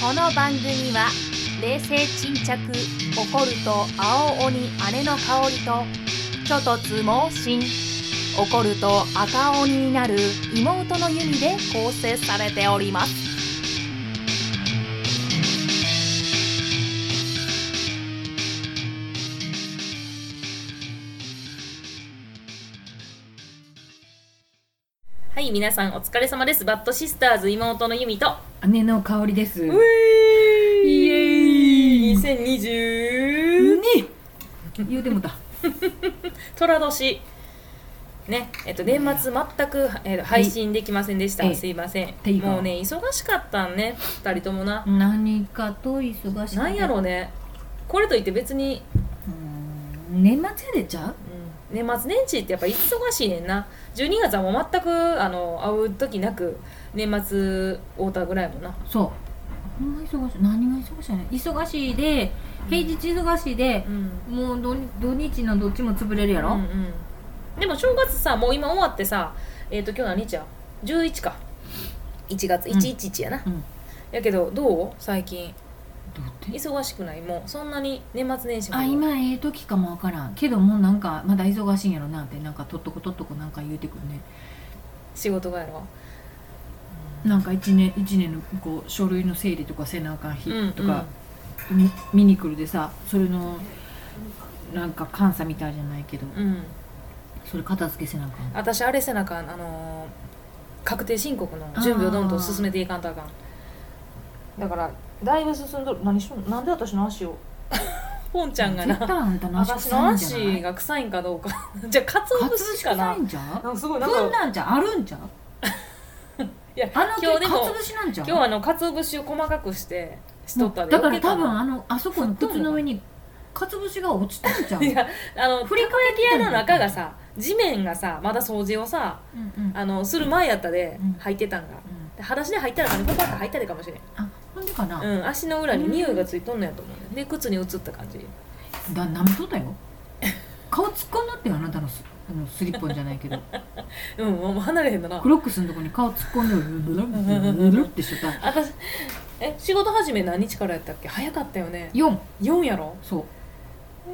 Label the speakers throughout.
Speaker 1: この番組は冷静沈着怒ると青鬼姉の香りと虚突猛進怒ると赤鬼になる妹の弓で構成されております
Speaker 2: はい、皆さんお疲れ様です。バッドシスターズ妹のユミと。
Speaker 3: 姉の香りです。
Speaker 2: イ
Speaker 3: イエーイ
Speaker 2: 2020
Speaker 3: に言うてもた。
Speaker 2: 虎年。ね、えっと、年末全く、えっと、配信できませんでした。
Speaker 3: ええ
Speaker 2: すいません
Speaker 3: て。いうか
Speaker 2: もうね、忙しかったんね、二人ともな。
Speaker 3: 何かと忙しい。
Speaker 2: なんやろうね。これといって別に、
Speaker 3: うーん。年末やでちゃう
Speaker 2: うん、年末年始ってやっぱ忙しいねんな。12月はもう全く、あの、会う時なく、年末会うたぐらいやもんな。
Speaker 3: そう。ほんま忙しい。何が忙しいね。忙しいで、平日忙しいで
Speaker 2: う、ん。
Speaker 3: もう土土日のどっちも潰れるやろ、
Speaker 2: うんうん、でも正月さもう今終わってさえっ、と今日何日や11か1月
Speaker 3: うん
Speaker 2: 111やな、
Speaker 3: うん
Speaker 2: やけどどう最近
Speaker 3: どうって
Speaker 2: 忙しくないもうそんなに年末年始も
Speaker 3: あ今ええ時かもわからんけどもうなんかまだ忙しいんやろなってなんかとっとことっとこなんか言うてくるね
Speaker 2: 仕事がやろ
Speaker 3: なんか一年一年のこう書類の整理とかせなあかん日
Speaker 2: うん
Speaker 3: とか、み見に来るでさそれのなんか監査みたいじゃないけど
Speaker 2: うん
Speaker 3: それ片付けせなあかん
Speaker 2: 私あれせなあかんあのー確定申告の準備をどんどん進めていかんとあかんだからだいぶ進んどる何しとんなんで私の足 をポンちゃんが
Speaker 3: 絶対
Speaker 2: な
Speaker 3: あんたの足
Speaker 2: 私
Speaker 3: 臭
Speaker 2: の
Speaker 3: いんじゃな
Speaker 2: 足
Speaker 3: い
Speaker 2: が臭いんかどう かじゃあかつお
Speaker 3: つ
Speaker 2: 節かな
Speaker 3: 臭いんちゃ
Speaker 2: なんかすごいうなん
Speaker 3: こん
Speaker 2: か
Speaker 3: なんじゃあるんちゃう
Speaker 2: いや
Speaker 3: あの
Speaker 2: 今日でも
Speaker 3: かつぶしなんちゃう
Speaker 2: 今日はあの鰹節を細かくしてしとった
Speaker 3: もう
Speaker 2: で
Speaker 3: だから
Speaker 2: 余計
Speaker 3: 多
Speaker 2: か
Speaker 3: 分
Speaker 2: な
Speaker 3: あのあそこの靴の上にかつぶしが落ちたん ちゃう
Speaker 2: いやあの
Speaker 3: 振り返って
Speaker 2: 部屋の中がさ地面がさまだ掃除をさ
Speaker 3: うんうん
Speaker 2: あのする前やったで
Speaker 3: うん
Speaker 2: 履いてたんが
Speaker 3: うん
Speaker 2: で裸足で履いたらかねポパッと履いたでかもしれん、
Speaker 3: あほんでかな、
Speaker 2: うん、足の裏に匂いがついとんのやと思うねで靴に移った感じ
Speaker 3: だ舐めとったよ顔突っ込んだってよあなたのスあのスリッポンじゃないけど
Speaker 2: うんもう離れへんだな
Speaker 3: クロックスのとこに顔突っ込んでブルブルブルブルってしとった
Speaker 2: 私え仕事始め何日からやったっけ早かったよね
Speaker 3: 4
Speaker 2: 4やろ
Speaker 3: そう
Speaker 2: え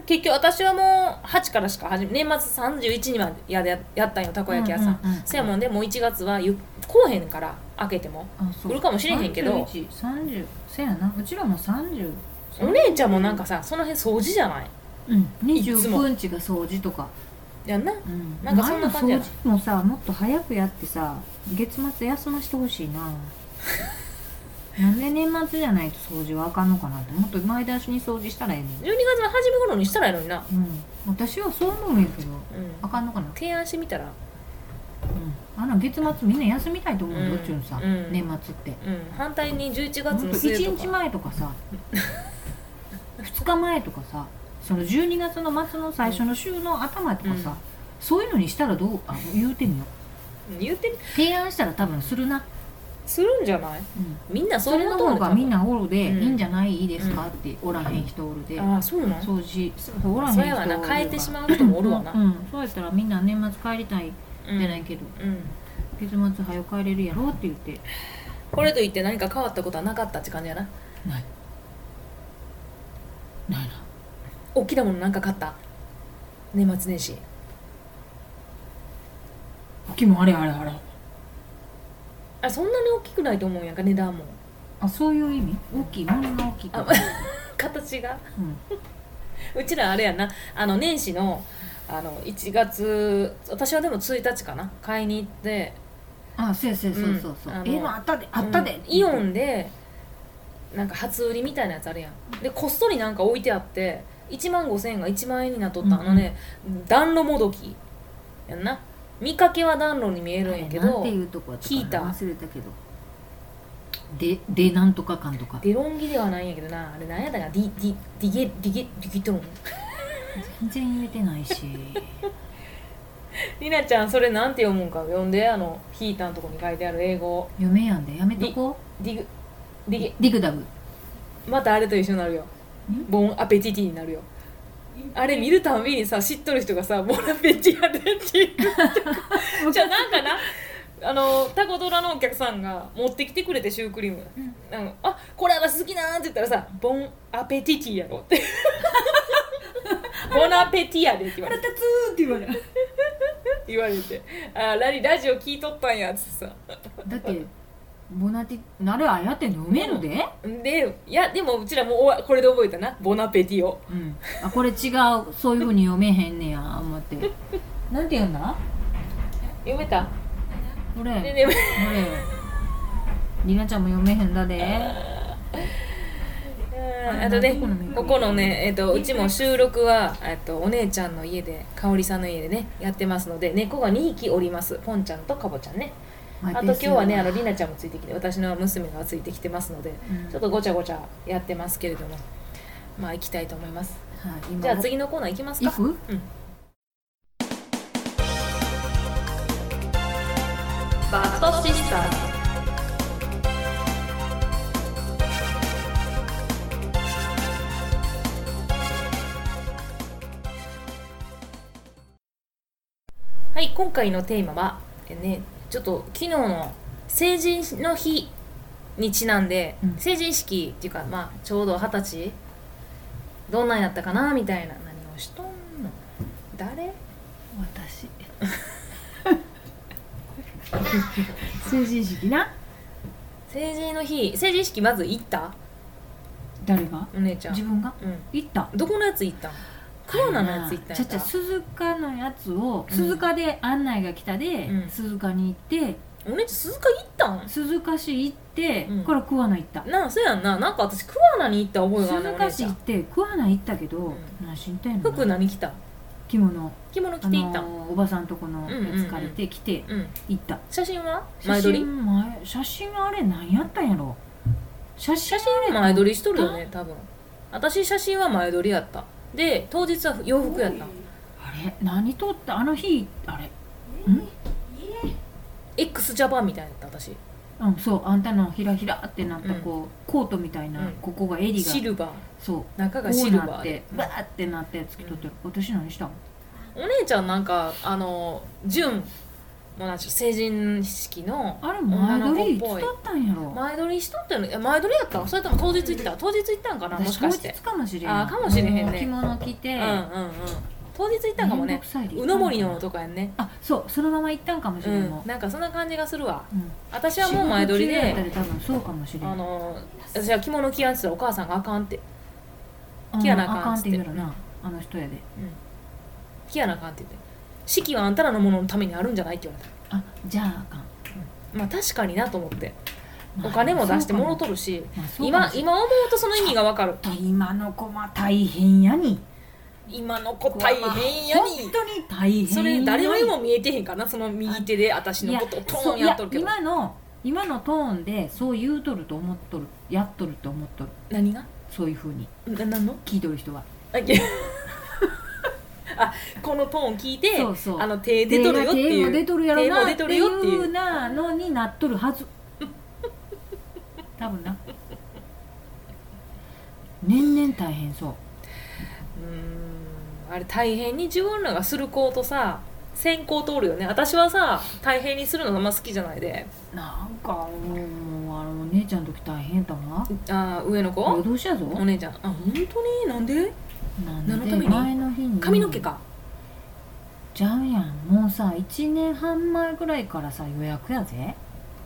Speaker 2: ー結局私はもう8からしか始め年末31にまでやでやったんよたこ焼き屋さん、
Speaker 3: うんうんうん
Speaker 2: せやもんでもう1月はゆ来おへんから開けても
Speaker 3: あそう
Speaker 2: 来るかもしれへんけど
Speaker 3: 3130せやなうちらも30
Speaker 2: お姉ちゃんもなんかさその辺掃除じゃない
Speaker 3: うん
Speaker 2: いつも
Speaker 3: 29日が掃除とか、
Speaker 2: やんな
Speaker 3: うん、
Speaker 2: なんかそんな感じや
Speaker 3: 前の掃除もさもっと早くやってさ月末休ましてほし いななんで年末じゃないと掃除はあかんのかなってもっと前出しに掃除したらええねん
Speaker 2: 12月の初め頃にしたらいいのにな、
Speaker 3: うん、私はそう思うんやけど
Speaker 2: うん
Speaker 3: あかんのかな、
Speaker 2: 提案してみたら
Speaker 3: うん、あの月末みんな休みたいと思う
Speaker 2: う
Speaker 3: よ、
Speaker 2: ん
Speaker 3: っちゅうのさ、
Speaker 2: うん
Speaker 3: 年末って
Speaker 2: うん反対に11
Speaker 3: ほん
Speaker 2: 月
Speaker 3: と
Speaker 2: の末と
Speaker 3: 1日
Speaker 2: か
Speaker 3: 前とかさ2日前とかさその12月の末の最初の週の頭とかさ、
Speaker 2: うん
Speaker 3: そういうのにしたらどうあ言うてみよう
Speaker 2: うん言ってみ
Speaker 3: 提案したら多分するな、
Speaker 2: するんじゃない
Speaker 3: うん、
Speaker 2: みんなそ
Speaker 3: それ
Speaker 2: れ
Speaker 3: の
Speaker 2: の
Speaker 3: 方がみん
Speaker 2: な
Speaker 3: なおるで、
Speaker 2: うん
Speaker 3: いいんじゃないいいですかっておらへん人おるで、
Speaker 2: ああそうなん
Speaker 3: 掃除おらへん人お
Speaker 2: そ
Speaker 3: るから
Speaker 2: れはな変えてしまう人もおるわな、
Speaker 3: うんうんそうやったらみんな年末帰りたい
Speaker 2: うん
Speaker 3: じゃないけど、
Speaker 2: うん
Speaker 3: 月末早く帰れるやろって言って
Speaker 2: これといって何か変わったことはなかったって感じやな
Speaker 3: ないないな
Speaker 2: 大きなものなんか買った年末年始
Speaker 3: 秋もあれあれあれ
Speaker 2: あそんなに大きくないと思うんやんか値段も
Speaker 3: あそういう意味大きいものが大きい
Speaker 2: あ形が
Speaker 3: うん
Speaker 2: うちらあれやなあの年始のあの1月私はでも1日かな買いに行って
Speaker 3: あそうやそうやそうやそうそう
Speaker 2: うんあの
Speaker 3: ええのあったであったで、
Speaker 2: うんイオンでなんか初売りみたいなやつあるやんでこっそりなんか置いてあって1万5000円が1万円になっとった、
Speaker 3: うんうん
Speaker 2: あのね暖炉もどきやんな見かけは暖炉に見えるんやけ
Speaker 3: あれなん
Speaker 2: ど
Speaker 3: ていうとこやったかな
Speaker 2: ヒーター
Speaker 3: 忘れたけどででなんとかかんとか
Speaker 2: デロンギではないんやけどなあれ何やったかなディディディゲディゲディギトロン
Speaker 3: 全然言えてないし
Speaker 2: りなちゃんそれなんて読むんか読んであのヒーターのとこに書いてある英語
Speaker 3: 読めやんでやめとこ
Speaker 2: ディグディゲ
Speaker 3: うディグダブ
Speaker 2: またあれと一緒になるよ
Speaker 3: ん
Speaker 2: ボンアペティティになるよあれ見るたん びにさ知っとる人がさボンアペティアでって言うじゃあなんかなあのタコドラのお客さんが持ってきてくれてシュークリーム、
Speaker 3: うん
Speaker 2: あのあこれは好きなんって言ったらさ「ボンアペティテ ィやろ」ってボンアペティやでって言われて
Speaker 3: 立つーって言われる
Speaker 2: 言われてあラリラジオ聞いとったんやっつってさ
Speaker 3: だってボナティなるあやって飲めるで、
Speaker 2: でいやでもうちらもうおわこれで覚えたなボナペティを
Speaker 3: うん、あこれ違うそういうふうに読めへんねや思ってなんて言うんだ
Speaker 2: 読めた
Speaker 3: こ
Speaker 2: で
Speaker 3: れ
Speaker 2: でも
Speaker 3: これりなちゃんも読めへんだで
Speaker 2: うんあとねここのね、えっとうちも収録は、えっとお姉ちゃんの家で香織さんの家でねやってますので猫が2匹おりますポンちゃんとかぼちゃんね
Speaker 3: マイ
Speaker 2: あと
Speaker 3: ペー
Speaker 2: 今
Speaker 3: ス
Speaker 2: 日はねあのりなちゃんもついてきて私の娘がついてきてますので、
Speaker 3: うん
Speaker 2: ちょっとごちゃごちゃやってますけれどもまあ行きたいと思います
Speaker 3: はい、今
Speaker 2: じゃあ次のコーナー行きます
Speaker 3: 行
Speaker 2: か
Speaker 3: く
Speaker 2: うん
Speaker 1: バッドシスターズ
Speaker 2: はい今回のテーマはえねちょっと昨日の成人の日にちなんで、
Speaker 3: うん
Speaker 2: 成人式っていうかまあちょうど二十歳どんなんやったかなみたいな何をしとんの誰
Speaker 3: 私成人式な
Speaker 2: 成人の日成人式まず行った
Speaker 3: 誰が
Speaker 2: お姉ちゃん
Speaker 3: 自分が
Speaker 2: う
Speaker 3: 行った
Speaker 2: んどこのやつ行ったん黒菜のやつ行ったんや
Speaker 3: ちゃ
Speaker 2: っ
Speaker 3: ちゃ
Speaker 2: た
Speaker 3: 鈴鹿のやつを、
Speaker 2: うん
Speaker 3: 鈴鹿で案内が来たで、
Speaker 2: うん
Speaker 3: 鈴鹿に行って
Speaker 2: お姉ちゃん鈴鹿行ったん
Speaker 3: 鈴鹿市行って、
Speaker 2: うん
Speaker 3: から桑名行った
Speaker 2: なあそうやんななんか私桑名に行った覚えがある
Speaker 3: 鈴
Speaker 2: のお
Speaker 3: 鹿
Speaker 2: 姉ち
Speaker 3: 市
Speaker 2: ゃ
Speaker 3: 行っ
Speaker 2: ん
Speaker 3: て桑名行ったけど、
Speaker 2: うん
Speaker 3: 何しに行ったんやろな
Speaker 2: 服何着た
Speaker 3: 着物
Speaker 2: 着物
Speaker 3: あ
Speaker 2: 着て行ったん、
Speaker 3: のーおばさんとこのやつ借りて来て
Speaker 2: うん
Speaker 3: 行った
Speaker 2: 写真は
Speaker 3: 写
Speaker 2: 前撮り
Speaker 3: 真前写真あれ何やったんやろ写
Speaker 2: 写
Speaker 3: 真
Speaker 2: 真前撮りしとるよね多分私写真は前撮りやったで当日は洋服やった
Speaker 3: あれ何撮ったあの日あれ
Speaker 2: x ジャパンみたいだった私
Speaker 3: うんそうあんたのひらひらってなった
Speaker 2: うん
Speaker 3: こう、コートみたいな、
Speaker 2: うん
Speaker 3: ここが襟が
Speaker 2: シルバー
Speaker 3: そう
Speaker 2: 中
Speaker 3: こ
Speaker 2: がシ
Speaker 3: う
Speaker 2: ル
Speaker 3: なっ
Speaker 2: バー
Speaker 3: て
Speaker 2: で
Speaker 3: バーってなったやつ着とってる、私何したん
Speaker 2: お姉ちゃんなんかあの純もうなんちゅう成人式の
Speaker 3: あれ
Speaker 2: 女
Speaker 3: 前
Speaker 2: の
Speaker 3: 撮
Speaker 2: 子っ
Speaker 3: りいつ
Speaker 2: ぽい
Speaker 3: 撮ったんやろ
Speaker 2: 前撮りしとったのえ前撮りやったんそれとも当日行った当日行ったんかなも
Speaker 3: 私
Speaker 2: しかして
Speaker 3: 当日かもしれん
Speaker 2: あーかもしれへんね
Speaker 3: もう着物着て、
Speaker 2: うんうんうん当日行ったんかも
Speaker 3: めんど
Speaker 2: ね
Speaker 3: くさいで
Speaker 2: うの森のとかやんね
Speaker 3: あそうそのまま行ったんかもし
Speaker 2: う
Speaker 3: れん
Speaker 2: ん
Speaker 3: も、
Speaker 2: なんかそんな感じがするわ
Speaker 3: うん、
Speaker 2: 私はもう前撮り
Speaker 3: 仕事中や
Speaker 2: で
Speaker 3: ったら多分そうかもしれん
Speaker 2: あの私は着物着やんってたらお母さんがあかんって
Speaker 3: うん
Speaker 2: 着やなあかん
Speaker 3: あかんって言う
Speaker 2: つ
Speaker 3: よ
Speaker 2: って
Speaker 3: なあの人やで
Speaker 2: 着やなあかんって言って式はあんたらのもののためにあるんじゃないって言われ
Speaker 3: あじゃああかん
Speaker 2: たまあ確かになと思って
Speaker 3: まあ
Speaker 2: お金も出してもろとるし
Speaker 3: そうかもまあ
Speaker 2: 今
Speaker 3: そうかもしれん
Speaker 2: 今思うとその意味がわかる
Speaker 3: ちょっと今の子は大変やに
Speaker 2: 今の子大変や
Speaker 3: 本
Speaker 2: に
Speaker 3: 当に大変やに
Speaker 2: それ誰よりも見えてへんかなその右手で私
Speaker 3: い
Speaker 2: の
Speaker 3: や
Speaker 2: ことをポ
Speaker 3: そ
Speaker 2: ー
Speaker 3: う
Speaker 2: ン
Speaker 3: い
Speaker 2: や
Speaker 3: や
Speaker 2: っとるけど
Speaker 3: 今の今のトーンでそう言うとると思っとるやっとると思っとる
Speaker 2: 何が
Speaker 3: そういうふうに
Speaker 2: な何の
Speaker 3: 聞いとる人は
Speaker 2: あいや あこのトーン聞いて
Speaker 3: そうそう
Speaker 2: あの手出とるよっていう
Speaker 3: 手も出とるやろな
Speaker 2: 手も
Speaker 3: っ
Speaker 2: 出
Speaker 3: て
Speaker 2: と
Speaker 3: い
Speaker 2: るよっていう
Speaker 3: うなのになっとるはず 多分な年々大変そう
Speaker 2: うーんあれ大変に自分らがする子とさ先行通るよね私はさ大変にするのあんま好きじゃないで
Speaker 3: なんかもうあのお姉ちゃんの時大変だわ
Speaker 2: あー上の子
Speaker 3: 夜通しやぞ
Speaker 2: お姉ちゃんあ本当になんで
Speaker 3: なん
Speaker 2: 何のために
Speaker 3: で前の日に
Speaker 2: 髪の毛か
Speaker 3: ちゃうやんもうさ1年半前ぐらいからさ予約やぜ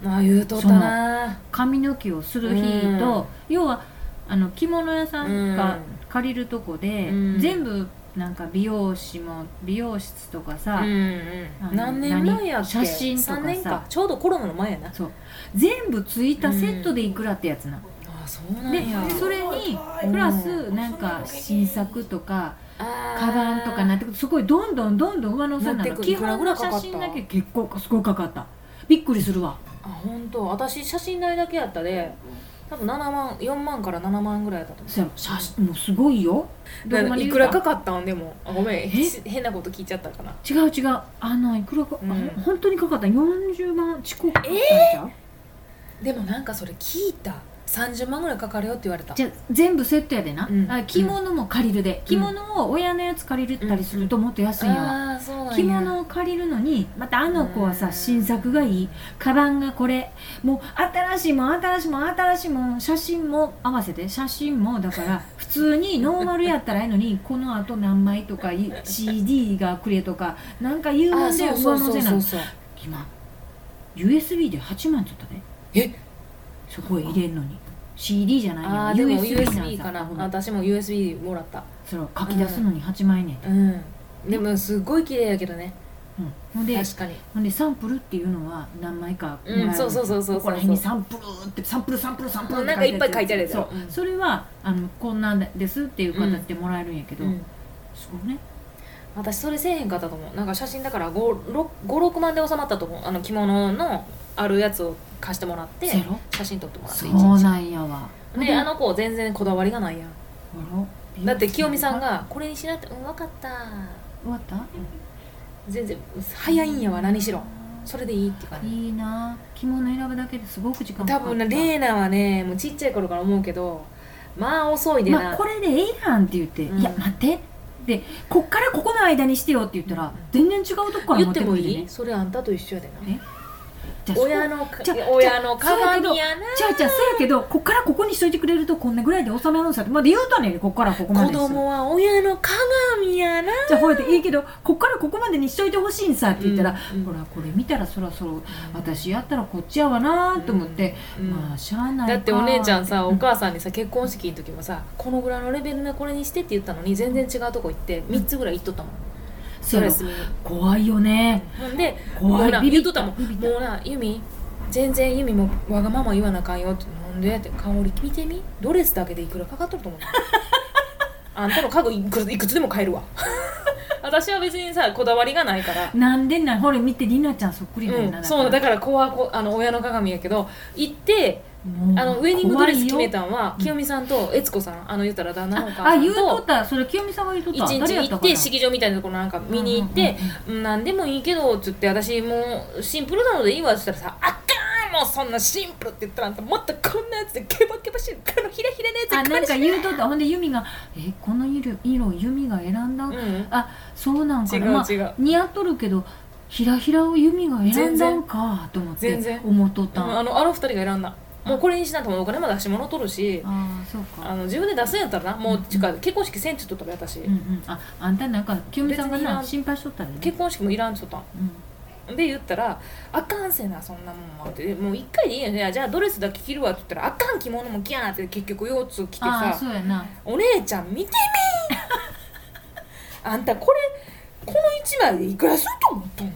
Speaker 2: ああ言うとったな
Speaker 3: 髪の毛をする日と、要はあの着物屋さんが借りるとこで、
Speaker 2: うん
Speaker 3: 全部なんか美容師も美容室とかさ、
Speaker 2: うん
Speaker 3: あ
Speaker 2: う
Speaker 3: の
Speaker 2: ん何年前やっけ
Speaker 3: 写真とかさ
Speaker 2: 3年かちょうどコロナの前やな
Speaker 3: そう全部ついたセットでいくらってやつな、
Speaker 2: ああそうなん
Speaker 3: で
Speaker 2: や
Speaker 3: それにプラスなんか新作とかカ
Speaker 2: カ
Speaker 3: バンとかなってくるすごいどんどんどんどん上乗せ
Speaker 2: な
Speaker 3: な
Speaker 2: って
Speaker 3: の
Speaker 2: くる
Speaker 3: 基本の写真だけ結構すごいかかったびっくりするわ
Speaker 2: あ本当私写真代だけやったで多分7万4万から7万ぐらいだったと思う
Speaker 3: そやろ写真もうすごいよどんまに
Speaker 2: い
Speaker 3: 言
Speaker 2: く
Speaker 3: う
Speaker 2: らかかったんでもあごめんへ変なこと聞いちゃったかな
Speaker 3: 違う違うあのいくらか、
Speaker 2: うん
Speaker 3: あ本当にかかった40万遅刻かかったんちゃう
Speaker 2: でもなんかそれ聞いた30万ぐらいかかるよって言われた
Speaker 3: じゃあ全部セットやでな、
Speaker 2: うん
Speaker 3: あ着物も借りる
Speaker 2: ん
Speaker 3: で、着物を親のやつ借りるたりするともっと安いんやわ、
Speaker 2: あーそうなんや
Speaker 3: 着物を借りるのにまたあの子は
Speaker 2: う
Speaker 3: さ
Speaker 2: ん
Speaker 3: 新作がいいカバンがこれもう新しいもん新しいもん新しいもん写真も合わせて写真もだから 普通にノーマルやったらええのにこのあと何枚とかい CD がくれとかなんか言う
Speaker 2: あ
Speaker 3: も
Speaker 2: ー
Speaker 3: んで
Speaker 2: そうそ
Speaker 3: 上
Speaker 2: う
Speaker 3: 乗
Speaker 2: そ
Speaker 3: せ
Speaker 2: う
Speaker 3: な
Speaker 2: そ
Speaker 3: の
Speaker 2: うそう
Speaker 3: 今 USB で8万ちょっとね
Speaker 2: え
Speaker 3: そこへ入れんのに CD じゃ
Speaker 2: あ
Speaker 3: な
Speaker 2: あ
Speaker 3: い
Speaker 2: で
Speaker 3: よ
Speaker 2: も
Speaker 3: USB なん
Speaker 2: USB
Speaker 3: さ
Speaker 2: かな
Speaker 3: あほら
Speaker 2: 私も USB もらった
Speaker 3: それを書き出すのに8万円ねんて、
Speaker 2: うんでもすごい綺麗やけどね
Speaker 3: うん、ほんで
Speaker 2: 確かに
Speaker 3: ほんでサンプルっていうのは何枚かもらえ
Speaker 2: う
Speaker 3: る
Speaker 2: んそうそうそうそう
Speaker 3: ここら辺にサンプルってサンプルサンプルサンプル
Speaker 2: なんかいっぱい書いてあるやつ
Speaker 3: そう、
Speaker 2: うん
Speaker 3: それはあのこんなんですっていう形でもらえるんやけど、
Speaker 2: うん
Speaker 3: すごいね
Speaker 2: 私それせえへんかったと思うなんか写真だから56万で収まったと思うあの着物のあるやつを貸してもらって
Speaker 3: ゼロ
Speaker 2: 写真撮ってもらって
Speaker 3: そ
Speaker 2: 一
Speaker 3: う
Speaker 2: 日
Speaker 3: なんやわ
Speaker 2: であの子全然こだわりがないやん
Speaker 3: ほら
Speaker 2: だって清美さんが「これにしなってうん分かった
Speaker 3: 終わった
Speaker 2: 全然早いんやわ何しろそれでいい」って感じ
Speaker 3: いいな着物選ぶだけですごく時間
Speaker 2: 多分なレーナはねもうちっちゃい頃から思うけどまあ遅いでな、
Speaker 3: まあ、これでええやんって言って「
Speaker 2: うん
Speaker 3: いや待って」でこっからここの間にしてよって言ったら、全然違うとこから
Speaker 2: 言っ
Speaker 3: 持っててく
Speaker 2: も
Speaker 3: る
Speaker 2: い
Speaker 3: で
Speaker 2: い、
Speaker 3: ね
Speaker 2: それあんたと一緒やでな
Speaker 3: えじゃあ
Speaker 2: 親のか
Speaker 3: じゃあ
Speaker 2: 親の
Speaker 3: じゃあ
Speaker 2: 鏡やな
Speaker 3: じゃあじゃあそうやけどこっからここにしといてくれるとこんなぐらいで収めるんさってまだ言うたねんこっからここまで
Speaker 2: 子
Speaker 3: です
Speaker 2: 供は親の鏡やな
Speaker 3: じゃあほえていいけどこっからここまでにしといてほしいんさって言ったら、
Speaker 2: うんうん
Speaker 3: ほらこれ見たらそらそろ私やったらこっちやわなと思って、
Speaker 2: うん
Speaker 3: まあしゃあないか
Speaker 2: だってお姉ちゃんさ
Speaker 3: う
Speaker 2: お母さんにさ結婚式の時もさこのぐらいのレベルのこれにしてって言ったのに全然違うとこ行って3つぐらい行っとったもん
Speaker 3: そうやろ
Speaker 2: ドレス
Speaker 3: 怖いよね
Speaker 2: にほんで
Speaker 3: 怖い
Speaker 2: もうな
Speaker 3: ビビ
Speaker 2: 言
Speaker 3: っ
Speaker 2: ったとったもん
Speaker 3: ビビった
Speaker 2: もうな由美全然由美もわがまま言わなあかんよってなんでって香り見てみドレスだけでいくらかかっとると 思うあんたの家具いくらいくつでも買えるわ 私は別にさこだわりがないから
Speaker 3: なんでないほれ見てりなちゃんそっくりなんやな、
Speaker 2: うん、そうだから子はこあの親の鏡やけど行って
Speaker 3: もう
Speaker 2: あのウェディングドレス決め
Speaker 3: 怖いよ
Speaker 2: たんは清美さんと悦子さんあの言ったら旦那のお母
Speaker 3: あ
Speaker 2: さ
Speaker 3: あ
Speaker 2: ん
Speaker 3: 言うとっ
Speaker 2: と
Speaker 3: たそれ清美さんが言うとった
Speaker 2: 一日
Speaker 3: 誰や
Speaker 2: 行
Speaker 3: た
Speaker 2: っ
Speaker 3: かな
Speaker 2: て式場みたいなところなんか見に行って「うん何でもいいけど」っつって「私もうシンプルなのでいいわ」っつったらさ「あかんもうそんなシンプル」って言ったらあんたもっとこんなやつでケバケバしいこのヒラヒラのやつ
Speaker 3: あなんか
Speaker 2: し
Speaker 3: 言うとったほんでユミが「えこの色色ユミが選んだ、
Speaker 2: うん
Speaker 3: あそうなんか
Speaker 2: 違
Speaker 3: な、
Speaker 2: う
Speaker 3: まあ、
Speaker 2: 違う、
Speaker 3: 似合っとるけどひらひらをユミが選んだんかと思っ
Speaker 2: 全
Speaker 3: て
Speaker 2: 然
Speaker 3: 思っとった
Speaker 2: うんあ
Speaker 3: ん
Speaker 2: のあの二人が選んだもうこれにしなともお金も出し物取るし
Speaker 3: ああそう
Speaker 2: あ
Speaker 3: か
Speaker 2: の自分で出すんやったらなもう、ていうか結婚式せんって言っとったで私、
Speaker 3: うんうんああんたなんか清美さんが
Speaker 2: 別にいら
Speaker 3: なん心配しとったでね
Speaker 2: 結婚式もいらんっつっとったんで言ったら「あかんせなそんなもんは」って「もう一回でいいよねじゃあドレスだけ着るわ」って言ったら「あかん着物も着やな」って結局腰痛着て
Speaker 3: ああー
Speaker 2: さ
Speaker 3: そうやな
Speaker 2: 「お姉ちゃん見てみ あんたこれこの1枚でいくらすると思ったの?」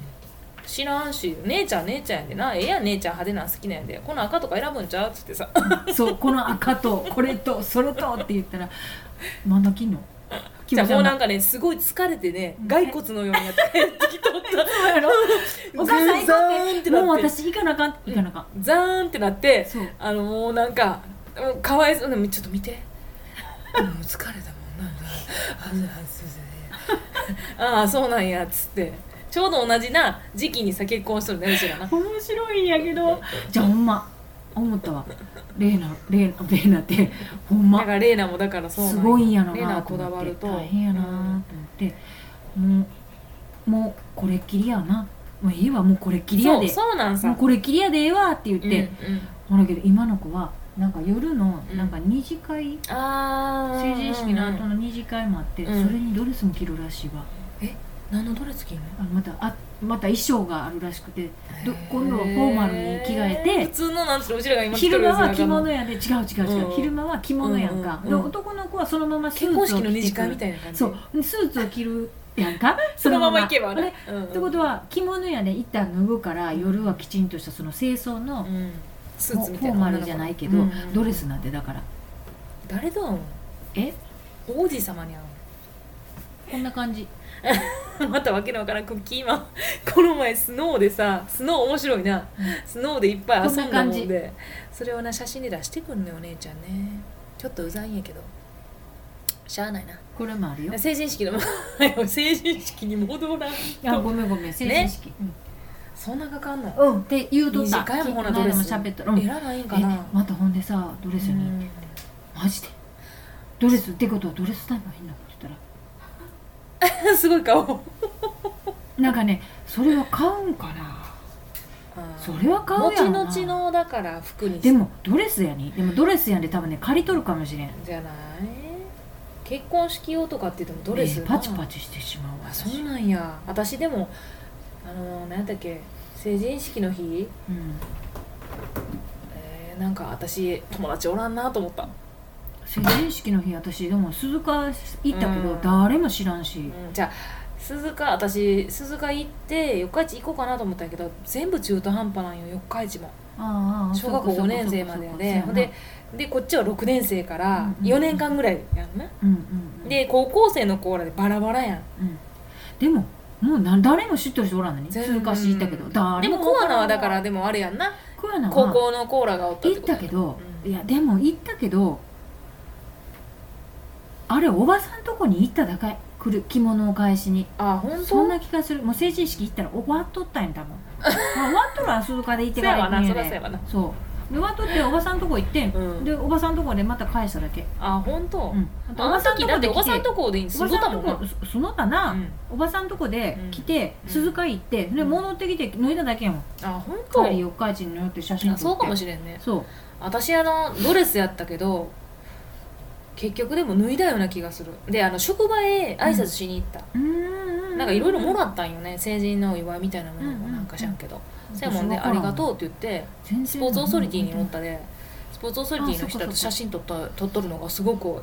Speaker 2: 知らんし「姉ちゃん姉ちゃんやでなええやん姉ちゃん派手なん好きなんやでこの赤とか選ぶんちゃう?」っつ ってさ
Speaker 3: そうこの赤とこれとそれとって言ったらまだ昨日
Speaker 2: じゃあもうなん
Speaker 3: か
Speaker 2: かねすごい疲れてね骸骨のようになって帰ってきとった
Speaker 3: そ うやろお母さん行
Speaker 2: ザ
Speaker 3: こ
Speaker 2: ーン
Speaker 3: う
Speaker 2: っ
Speaker 3: ってて
Speaker 2: なって
Speaker 3: もう私行かなあかん行かなあかん
Speaker 2: ザーンってなって
Speaker 3: そう
Speaker 2: あのもうなんかもうかわいそうでもちょっと見てもう疲れたもんなんだあそうなんすいませんああそうなんやっつってちょうど同じな時期にさ結婚しとるねうちらな
Speaker 3: 面白いんやけどじゃあほんま思ったわレーナレーナレーナってほん
Speaker 2: だ
Speaker 3: ま
Speaker 2: からレイナもだからそうなん
Speaker 3: すごいんやろ
Speaker 2: レイナ
Speaker 3: な
Speaker 2: は
Speaker 3: と
Speaker 2: こだ
Speaker 3: 思
Speaker 2: わ
Speaker 3: って
Speaker 2: ると
Speaker 3: 大変やなと思って、もうもうこれっきりやなもういいわもうこれっきりや
Speaker 2: そ
Speaker 3: で
Speaker 2: うそうなん
Speaker 3: も
Speaker 2: さ
Speaker 3: うこれっきりやでええわって言って、
Speaker 2: うんうん
Speaker 3: ほらけど今の子はなんか夜の
Speaker 2: うん
Speaker 3: なんか二次会、
Speaker 2: ああ
Speaker 3: 成人式の後の二次会もあって、
Speaker 2: うん
Speaker 3: それにドレスも着るらしいわ
Speaker 2: 何のドレス着んの
Speaker 3: あまたあまた衣装があるらしくてど今度はフォーマルに着替えて
Speaker 2: へー普通のなんつうのうちらが今着てる
Speaker 3: 昼間は
Speaker 2: やつ
Speaker 3: 着
Speaker 2: なんか
Speaker 3: 物やで違う違う違う、
Speaker 2: うん
Speaker 3: 昼間は着物やんか、
Speaker 2: うん
Speaker 3: で
Speaker 2: うんうん
Speaker 3: 男の子はそのままスー
Speaker 2: 結
Speaker 3: ツ
Speaker 2: 婚
Speaker 3: を着て
Speaker 2: 式の二次会
Speaker 3: くる
Speaker 2: みたいな感じ
Speaker 3: そうスーツを着るやんか
Speaker 2: そのまま行けば
Speaker 3: あれ
Speaker 2: ねうんうん
Speaker 3: ってことは着物やで一旦脱ぐから夜はきちんとしたその清掃の
Speaker 2: うんス
Speaker 3: フ
Speaker 2: ー
Speaker 3: ォ
Speaker 2: ツみたい
Speaker 3: ー
Speaker 2: な
Speaker 3: マルじゃないけど、
Speaker 2: うんうん
Speaker 3: ドレスなんてだから
Speaker 2: 誰だもん
Speaker 3: え
Speaker 2: 王子様に会
Speaker 3: こんな感じ
Speaker 2: うの またわけのわからんクッキー今この前スノーでさスノー面白いなスノーでいっぱい遊んだも
Speaker 3: こ
Speaker 2: ん
Speaker 3: ん
Speaker 2: でそれをな写真で出してくんのよお姉ちゃんねちょっとうざいんやけどしゃあないな
Speaker 3: これもあるよ
Speaker 2: 成人式の前を成人式に戻らん
Speaker 3: あ
Speaker 2: と
Speaker 3: ごめんごめん成人式、うん
Speaker 2: そんなかかんの
Speaker 3: うんって言うとった
Speaker 2: 短いもんほな
Speaker 3: この間も
Speaker 2: ドレス
Speaker 3: 喋ったうん
Speaker 2: えらないんかな
Speaker 3: えまたほんでさドレス
Speaker 2: う
Speaker 3: に、
Speaker 2: ん
Speaker 3: マジでドレスってことはドレスタイムがいいのって言った ら
Speaker 2: すごい顔
Speaker 3: なんかねそれは買うんかなそれは買うや
Speaker 2: 後
Speaker 3: んな
Speaker 2: 々のだから服に
Speaker 3: でもドレスやにでもドレスやんで多分ね借りとるかもしれん
Speaker 2: じゃない結婚式用とかって言ってもドレス
Speaker 3: ね
Speaker 2: な
Speaker 3: パチパチしてしまうわ
Speaker 2: あ
Speaker 3: 私
Speaker 2: そうなんや私でもあの何やったっけ成人式の日、
Speaker 3: うん
Speaker 2: えーなんか私友達おらんなと思った、
Speaker 3: 成人式の日私でも鈴鹿行ったけ
Speaker 2: う
Speaker 3: ど
Speaker 2: ん
Speaker 3: 誰も知らんし
Speaker 2: うん、じゃあ鈴鹿私鈴鹿行って四日市行こうかなと思ったけど全部中途半端なんよ四日市も
Speaker 3: ああああ
Speaker 2: 小学校
Speaker 3: そうかそうか
Speaker 2: 5年生までやで
Speaker 3: そうかそうか
Speaker 2: ほんででこっちは6年生か
Speaker 3: うん
Speaker 2: ら
Speaker 3: うんうん
Speaker 2: 4年間ぐらいやんな、
Speaker 3: うんうんうん
Speaker 2: で高校生の子らでバラバラやん
Speaker 3: うんでももうな誰も知ってる人おらんのに通過し行ったけど
Speaker 2: うんで
Speaker 3: 誰
Speaker 2: もコアナはだからでもあれやんな
Speaker 3: コアナは
Speaker 2: 高校のコーラがおった
Speaker 3: 行ったけ
Speaker 2: ど
Speaker 3: ど、
Speaker 2: うん
Speaker 3: いやでも行ったけどあれおばさんとこに行っただけ来る着物を返しに
Speaker 2: あ本
Speaker 3: そん
Speaker 2: 当
Speaker 3: な気がするもう成人式行ったら終わっとったんや多分 まあ終わっとるは鈴鹿で行っ
Speaker 2: そ
Speaker 3: て
Speaker 2: うや
Speaker 3: から
Speaker 2: わ
Speaker 3: 行くん
Speaker 2: なそら
Speaker 3: や
Speaker 2: そう
Speaker 3: で
Speaker 2: やわな
Speaker 3: そうで終わっとっておばさんとこ行ってん
Speaker 2: うん
Speaker 3: でおばさんとこでまた返しただけ
Speaker 2: あ本当、
Speaker 3: うんあと
Speaker 2: あの時だっておばさん
Speaker 3: 来て
Speaker 2: とこで
Speaker 3: お
Speaker 2: 住
Speaker 3: ば
Speaker 2: んどっ
Speaker 3: さ
Speaker 2: た
Speaker 3: ん
Speaker 2: も
Speaker 3: と
Speaker 2: んな
Speaker 3: こその他な、
Speaker 2: うん
Speaker 3: おばさんとこで来て、
Speaker 2: うん
Speaker 3: 鈴鹿行ってで
Speaker 2: うん
Speaker 3: 戻ってきて脱いだだけやもん
Speaker 2: あ本当
Speaker 3: 帰り四日市に乗って写真撮
Speaker 2: あ
Speaker 3: って
Speaker 2: そうかも
Speaker 3: し
Speaker 2: しれんね
Speaker 3: そう
Speaker 2: 私あのドレスやったけど結局でも脱いだような気がするであの職場へ挨拶しに行った、
Speaker 3: うーん
Speaker 2: なんかいろいろもらったんよね成人のお祝いみたいなものも
Speaker 3: うん
Speaker 2: なんかしゃんけど、
Speaker 3: うん
Speaker 2: そうやもんで「ありがとう」って言って
Speaker 3: 全然
Speaker 2: スポーツオーソリティにおったでスポーツオーソリティの人
Speaker 3: あそっかそっ
Speaker 2: と
Speaker 3: か
Speaker 2: 写真撮った撮っとるのがすごく多い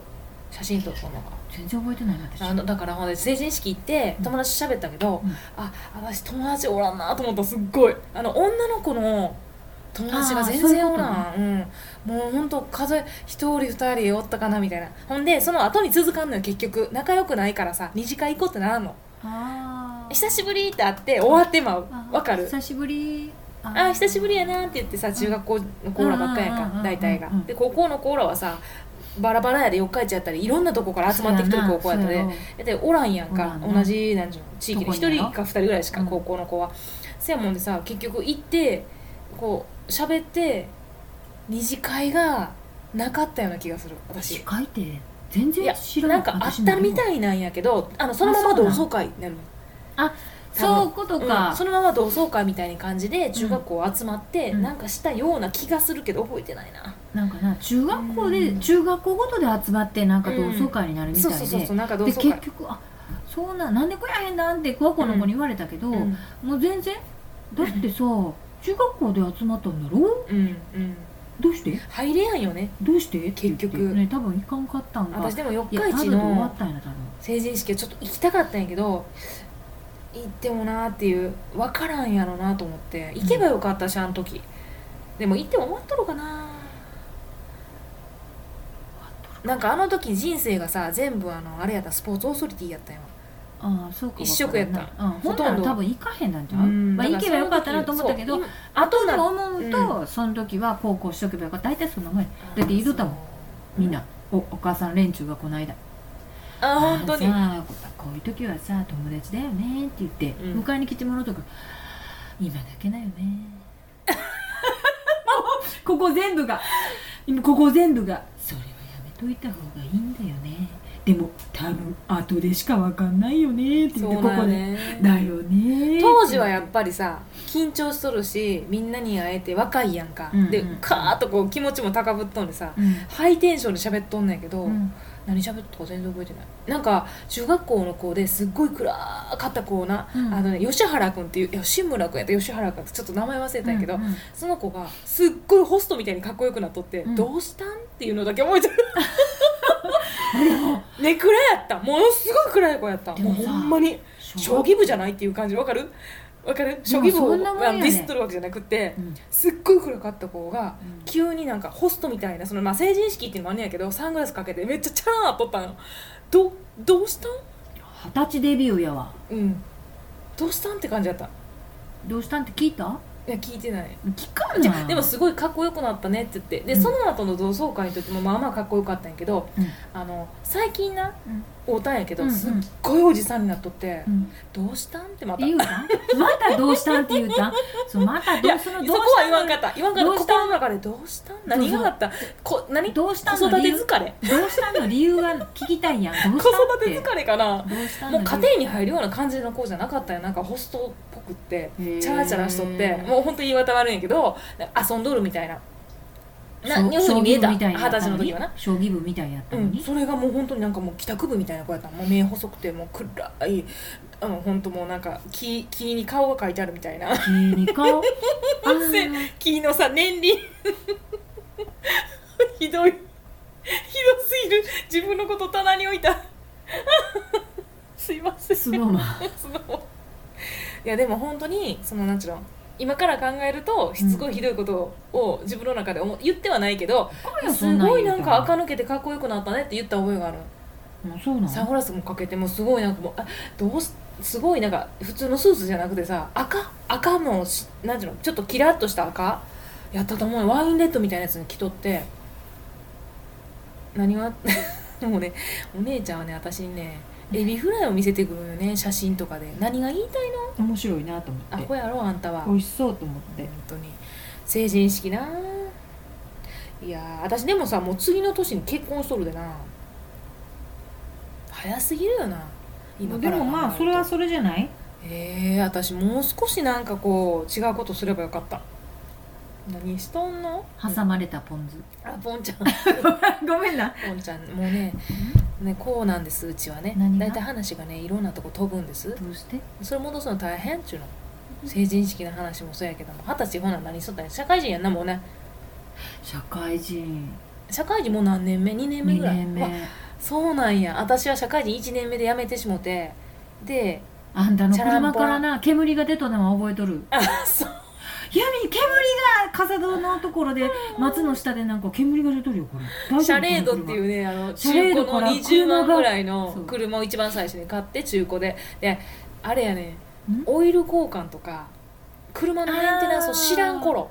Speaker 2: 写真撮ったのが
Speaker 3: 全然覚えてない私
Speaker 2: あのだからほんで成人式行って友達と喋ったけど、
Speaker 3: うん
Speaker 2: あ私友達おらんなと思ったすっごいあの女の子の友達が全
Speaker 3: あーそういう
Speaker 2: 然
Speaker 3: こ
Speaker 2: お
Speaker 3: とね
Speaker 2: らんうん、もうほんと数え1人2人おったかなみたいなほんでその後に続かんのよ結局仲良くないからさ二次会行こうってならんの
Speaker 3: あー
Speaker 2: 久しぶりって会って終わってまう
Speaker 3: あー
Speaker 2: わかる
Speaker 3: 久しぶりあ
Speaker 2: あ
Speaker 3: ー
Speaker 2: ー久しぶりやなって言ってさ中学校のコーラばっかやん
Speaker 3: うんうんうんう
Speaker 2: か
Speaker 3: ん
Speaker 2: 大体が
Speaker 3: うんうん
Speaker 2: で高校のコーラはさバラバラやで四日市やったりいろんなとこから集まってきてる高校やった
Speaker 3: そう
Speaker 2: で
Speaker 3: やな
Speaker 2: だっておらんやん
Speaker 3: お
Speaker 2: から
Speaker 3: んな
Speaker 2: 同じなんじゃ地域で
Speaker 3: どこ
Speaker 2: 1
Speaker 3: にやろ
Speaker 2: 人か2人ぐらいしか
Speaker 3: うん
Speaker 2: 高校の子は、せやもんでさ結局行ってこう喋って二次会がなかったような気がする私
Speaker 3: 司会って全
Speaker 2: い
Speaker 3: 然
Speaker 2: や
Speaker 3: 知ら
Speaker 2: なんかあったみ
Speaker 3: い
Speaker 2: たいなんやけどあのそのま
Speaker 3: あ
Speaker 2: ま
Speaker 3: そう
Speaker 2: 同
Speaker 3: なん
Speaker 2: 窓会になるの
Speaker 3: 私もそういうこと
Speaker 2: う
Speaker 3: か
Speaker 2: ん、そのまま同窓会みたいな感じで中学校集まって、
Speaker 3: うん
Speaker 2: なんかしたような気がするけど覚えてないな、
Speaker 3: なんかな中学校で、
Speaker 2: うん
Speaker 3: 中学校ごとで集まってなんか同窓会になるみたい
Speaker 2: そう
Speaker 3: で、
Speaker 2: そうそうそうなんか同
Speaker 3: で
Speaker 2: 窓会
Speaker 3: 結局あそうなんなんでこやへんなんって高校の子に言われたけど、
Speaker 2: うん
Speaker 3: もう全然だってさ中学校で集まったんだろ
Speaker 2: うんうん
Speaker 3: どうして
Speaker 2: 入れやんよね
Speaker 3: どうしてって言って
Speaker 2: 結局
Speaker 3: ね多分行かんかったんか
Speaker 2: 私でも四
Speaker 3: いや
Speaker 2: 日
Speaker 3: ただ
Speaker 2: 市
Speaker 3: で終わ
Speaker 2: の
Speaker 3: ったんやな多分
Speaker 2: 成人式はちょっと行きたかったんやけど行ってもなーっていう分からんやろなと思って行けばよかったしあの時でも行っても終わっとるかななんかあの時人生がさ全部あのあれやったスポーツオーソリティやったんやわ
Speaker 3: ああそうか
Speaker 2: 一色やった
Speaker 3: わからんなうん、ほ
Speaker 2: ほ
Speaker 3: と
Speaker 2: とんど
Speaker 3: んど多分行かへんなんじゃ
Speaker 2: うん
Speaker 3: ん、まあ、
Speaker 2: だ
Speaker 3: 行
Speaker 2: ら
Speaker 3: けばよかったなと思ったけ
Speaker 2: そ
Speaker 3: ど
Speaker 2: の時そう
Speaker 3: 後で
Speaker 2: 今
Speaker 3: 思うと、その時は高校しとけばよかった大体そんなもんやだって言うとったもんみんなおお母さん連中がこの間
Speaker 2: あ
Speaker 3: あ
Speaker 2: 本当に
Speaker 3: さあこういう時はさ友達だよねって言って、
Speaker 2: うん
Speaker 3: 迎えに来てもらうとか今だけだ よねここ全部が今ここ全部がそれはやめといた方がいいんだよねでも多分後でしかわかんないよねって言ってここで、だよね
Speaker 2: 当時はやっぱりさ緊張しとるしみんなに会えて若いやんか、
Speaker 3: うんうん
Speaker 2: でカーッとこう気持ちも高ぶっとんでさ
Speaker 3: うん、
Speaker 2: ハイテンションで喋っとんねんけど、
Speaker 3: うん
Speaker 2: 何喋ったか全然覚えてないなんか中学校の子ですっごい暗かった子な、
Speaker 3: うん
Speaker 2: あのね吉原君っていういや志村君やった吉原君ってちょっと名前忘れたんやけど、
Speaker 3: うんうん
Speaker 2: その子がすっごいホストみたいにかっこよくなっとって「
Speaker 3: うん
Speaker 2: どうしたん?」っていうのだけ覚えてる
Speaker 3: でも
Speaker 2: ね暗やったものすごい暗い子やった
Speaker 3: でも
Speaker 2: もう
Speaker 3: さ
Speaker 2: ほんまに将棋部じゃないっていう感じわかるわかる将棋部
Speaker 3: そ
Speaker 2: を
Speaker 3: んなもん
Speaker 2: あ
Speaker 3: や
Speaker 2: の
Speaker 3: ね
Speaker 2: ディスっとるわけじゃなくて
Speaker 3: うん
Speaker 2: すっごい暗かった子が
Speaker 3: うん
Speaker 2: 急になんかホストみたいなその、まあ、成人式っていうのもあんねやけどサングラスかけてめっちゃチャラーっとったのどどうしたん
Speaker 3: 二十歳デビューやわ
Speaker 2: うんどうしたんって感じだった
Speaker 3: どうしたんって聞いた
Speaker 2: いや聞いてない
Speaker 3: 聞か
Speaker 2: じ
Speaker 3: な
Speaker 2: ゃ
Speaker 3: い
Speaker 2: でもすごいかっこよくなったねって言ってで、
Speaker 3: うん
Speaker 2: その後の同窓会の時もまあまあかっこよかったんやけど
Speaker 3: うん
Speaker 2: あの最近な、
Speaker 3: うん
Speaker 2: 会うたんやけど、
Speaker 3: うんうん
Speaker 2: すっごいおじさんになっとって
Speaker 3: う、ん
Speaker 2: どうしたんってまた
Speaker 3: 言うたんまたどうしたんって言うたんそうまた
Speaker 2: い
Speaker 3: ど
Speaker 2: や
Speaker 3: う
Speaker 2: そ
Speaker 3: そ
Speaker 2: こ
Speaker 3: の
Speaker 2: は
Speaker 3: どう
Speaker 2: 言わんかった言わんかった
Speaker 3: どうした
Speaker 2: 心の中でどうしたん何があったこ何子
Speaker 3: どうしたの
Speaker 2: 育
Speaker 3: 理
Speaker 2: て
Speaker 3: 由
Speaker 2: 疲れ
Speaker 3: どうしたの理由が聞きたいやんど
Speaker 2: 子
Speaker 3: うしたっ
Speaker 2: 育
Speaker 3: て
Speaker 2: て疲れかな
Speaker 3: どうしたの
Speaker 2: もう家庭に入るような感じの子じゃなかったよなんかホストっぽくって
Speaker 3: へー
Speaker 2: チャラチャラしとってもう本当に言い方悪いんやけど遊んどるみたいなな
Speaker 3: そう
Speaker 2: いうふうに見えた
Speaker 3: 将
Speaker 2: 二十
Speaker 3: 棋部みたいになった
Speaker 2: 歳の
Speaker 3: のに
Speaker 2: 時はな
Speaker 3: 将棋部みたいやった
Speaker 2: う
Speaker 3: の
Speaker 2: ん、
Speaker 3: に、
Speaker 2: それがもう本当になんかもう帰宅部みたいな子やったのもう目細くてもう暗いあの本当もうなんか木木に顔が書いてあるみたいな
Speaker 3: 急に顔あ
Speaker 2: せ
Speaker 3: ー
Speaker 2: 木のさ年輪ひどいひどすぎる自分のこと棚に置いた すいません
Speaker 3: スノーマン
Speaker 2: そのいやでも本当にそのなんちゅうの今から考えるとしつこいひどいことを自分の中で思言ってはないけど、
Speaker 3: よそ
Speaker 2: す
Speaker 3: んなん
Speaker 2: ごい
Speaker 3: 言
Speaker 2: な
Speaker 3: うんたら
Speaker 2: か垢抜けてかっこよくなったねって言った覚えがある、
Speaker 3: もうそうなの
Speaker 2: サングラスもかけてもうすごいなんかもうあどうしすごいなんか普通のスーツじゃなくてさ赤赤のしなんちゅうのちょっとキラッとした赤やったと思うよワインレッドみたいなやつに着とって何が もうねお姉ちゃんはね私にねエビフライを見せてくるよね写真とかで何が言いたい
Speaker 3: 面白いなと思
Speaker 2: ア
Speaker 3: って
Speaker 2: ホやろあんたは
Speaker 3: 美
Speaker 2: 本
Speaker 3: 味しそうと思って
Speaker 2: 当に成人式ないやー私でもさもう次の年に結婚しとるでな早すぎるよな今
Speaker 3: でもまあそれはそれじゃない
Speaker 2: ええー、私もう少しなんかこう違うことすればよかった何しとんの
Speaker 3: 挟まれたポン酢
Speaker 2: あポンちゃん
Speaker 3: ごめんな
Speaker 2: ポンちゃんもうねねこうなんですうちはね
Speaker 3: 何が
Speaker 2: 大体話がねいろんなとこ飛ぶんです
Speaker 3: どうして
Speaker 2: それ戻すの大変っちゅうの成人式の話もそうやけども二十歳ほな何しとったんや社会人やんなもうね
Speaker 3: 社会人
Speaker 2: 社会人もう何年目2年目
Speaker 3: 2
Speaker 2: ぐらい
Speaker 3: 年
Speaker 2: わ
Speaker 3: 目
Speaker 2: そうなんや私は社会人1年目で辞めてしもてで
Speaker 3: あんたの
Speaker 2: チャラン
Speaker 3: 車
Speaker 2: ポ
Speaker 3: か
Speaker 2: ラ
Speaker 3: ら
Speaker 2: ン
Speaker 3: な煙が出とんのは覚えとる
Speaker 2: あそう
Speaker 3: 闇煙が笠戸のところで松の下でなんか煙が出とるよこれ大
Speaker 2: シ
Speaker 3: 丈夫
Speaker 2: ャレードっていううねあの
Speaker 3: シ
Speaker 2: 中
Speaker 3: ャレー
Speaker 2: 古
Speaker 3: ド
Speaker 2: の
Speaker 3: から
Speaker 2: 20万ぐらい
Speaker 3: 車
Speaker 2: の
Speaker 3: が
Speaker 2: 車を一番最初に買って中古でであれやね
Speaker 3: ん
Speaker 2: オイル交換とか車のメンテナンスを知らん頃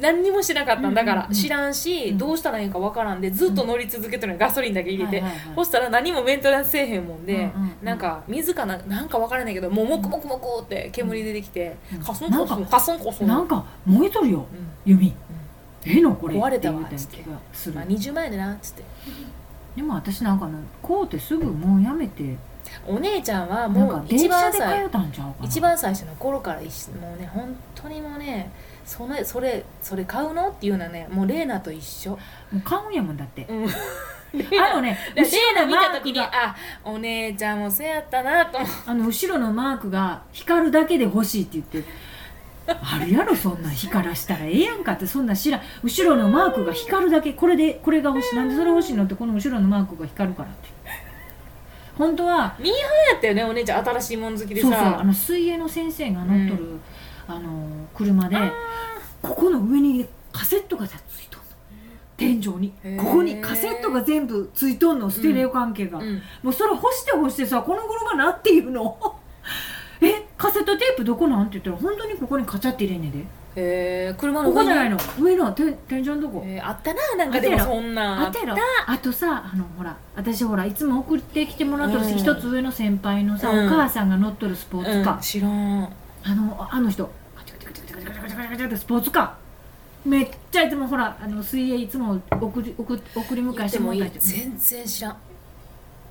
Speaker 2: 何にもしてなかったんだか
Speaker 3: うんうん
Speaker 2: ら
Speaker 3: うん
Speaker 2: 知らんし
Speaker 3: うん
Speaker 2: どうしたらいいんかわからんでずっと乗り続けてるのガソリンだけ入れて
Speaker 3: はいはいはい
Speaker 2: そしたら何もメンテナンスせえへんもんで、
Speaker 3: うんうんうん
Speaker 2: なんか水かななんかわからないけどもうモクモクモクって煙出てきて、
Speaker 3: うん
Speaker 2: カソンコソ
Speaker 3: なん
Speaker 2: ンカソンコソン、
Speaker 3: な
Speaker 2: うん
Speaker 3: んか燃えとるよ弓ええのこれ
Speaker 2: 壊れたわ
Speaker 3: って言う
Speaker 2: つって
Speaker 3: てん気がする
Speaker 2: まあ、20万円でなっつって
Speaker 3: でも私なんかねこうてすぐもうやめて
Speaker 2: お姉ちゃんは
Speaker 3: なん
Speaker 2: も
Speaker 3: か
Speaker 2: う
Speaker 3: 電
Speaker 2: 一
Speaker 3: 車
Speaker 2: 番
Speaker 3: で通
Speaker 2: 最
Speaker 3: ったんちゃうかな
Speaker 2: 一番最初の頃から一緒もうね本当にもうねそれそれそれ買うのっていうのはねもうレーナと一緒、
Speaker 3: もう買うんやもんだって
Speaker 2: うん、レ
Speaker 3: あのね
Speaker 2: ー
Speaker 3: 後ろ
Speaker 2: ナ
Speaker 3: の
Speaker 2: 見
Speaker 3: マ
Speaker 2: た
Speaker 3: ーク
Speaker 2: 時に
Speaker 3: が
Speaker 2: あお姉ちゃんもせやったなと思って
Speaker 3: あの後ろのマークが光るだけで欲しいって言ってあるやろそんなん光らしたらええやんかってそんなん知らん後ろのマークが光るだけこれでこれが欲しいなんでそれ欲しいのってこの後ろのマークが光るからって本当は
Speaker 2: やったよねお姉ちゃん新しいもん好きでさ
Speaker 3: そうそうあの水泳の先生が乗っとる、あの車でここの上にカセットがさついとんの天井
Speaker 2: へ
Speaker 3: に
Speaker 2: ー
Speaker 3: ここにカセットが全部ついとんのステレオ関係が、
Speaker 2: うん
Speaker 3: もうそれ干して干してさこの頃がなっていうのえカセットテープどこなんって言ったら本当にここにカチャって入れんねんで
Speaker 2: えー、車の
Speaker 3: ここじゃない
Speaker 2: の、
Speaker 3: の上のて天井のとこ、
Speaker 2: えー、あったななんかで
Speaker 3: あ
Speaker 2: も
Speaker 3: ったやろ
Speaker 2: そんな
Speaker 3: あてろあとさあのほら私ほらいつも送ってきてもらっとる
Speaker 2: うん
Speaker 3: 一つ上の先輩のさ、
Speaker 2: うん
Speaker 3: お母さんが乗っとるスポーツカー
Speaker 2: うん、、知らん
Speaker 3: あのあの人カチャカチャカチャカチャカチャカチャカチャってスポーツカーめっちゃいつもほらあの水泳いつも送り送り送り迎えして
Speaker 2: でも
Speaker 3: も
Speaker 2: い
Speaker 3: ら
Speaker 2: い
Speaker 3: って
Speaker 2: 全然知らん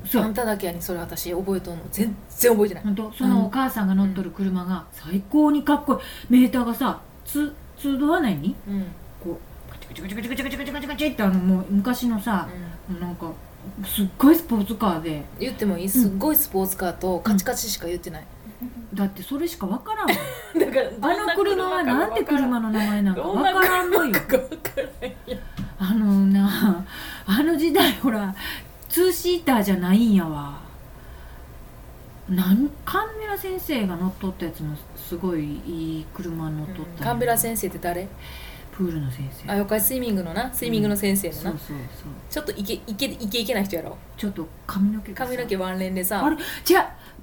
Speaker 3: そ
Speaker 2: あん
Speaker 3: う
Speaker 2: ただけやにそれ私覚えとんの全然覚えてない
Speaker 3: 本当そのお母さんが乗っとる車が最高にかっこいいメーターがさつ通道内に
Speaker 2: うん、うん、
Speaker 3: こうカチャカチャカチャカチャカチャカチャカチャカチャってあのもう昔のさ、なんかすっごいスポーツカーで
Speaker 2: 言ってもいいすっごいスポーツカーとカチカチしか言ってない、
Speaker 3: だってそれしかわから んわ
Speaker 2: だからどん
Speaker 3: あの車はなんて車の名前なんか
Speaker 2: どん
Speaker 3: わ
Speaker 2: な
Speaker 3: からんのよ
Speaker 2: か分からんや
Speaker 3: あのなあの時代ほらツーシーターじゃないんやわなんカンベラ先生が乗っとったやつもすごいいい車乗っとったんや、
Speaker 2: カンベラ先生って誰
Speaker 3: プールの先生
Speaker 2: あよかいスイミングのなスイミングの先生の
Speaker 3: そ
Speaker 2: な、
Speaker 3: うそうそう
Speaker 2: ちょっとイケイケイケイケな人やろ
Speaker 3: ちょっと髪の毛がさ
Speaker 2: 髪の毛ワンレンでさ
Speaker 3: あれ違う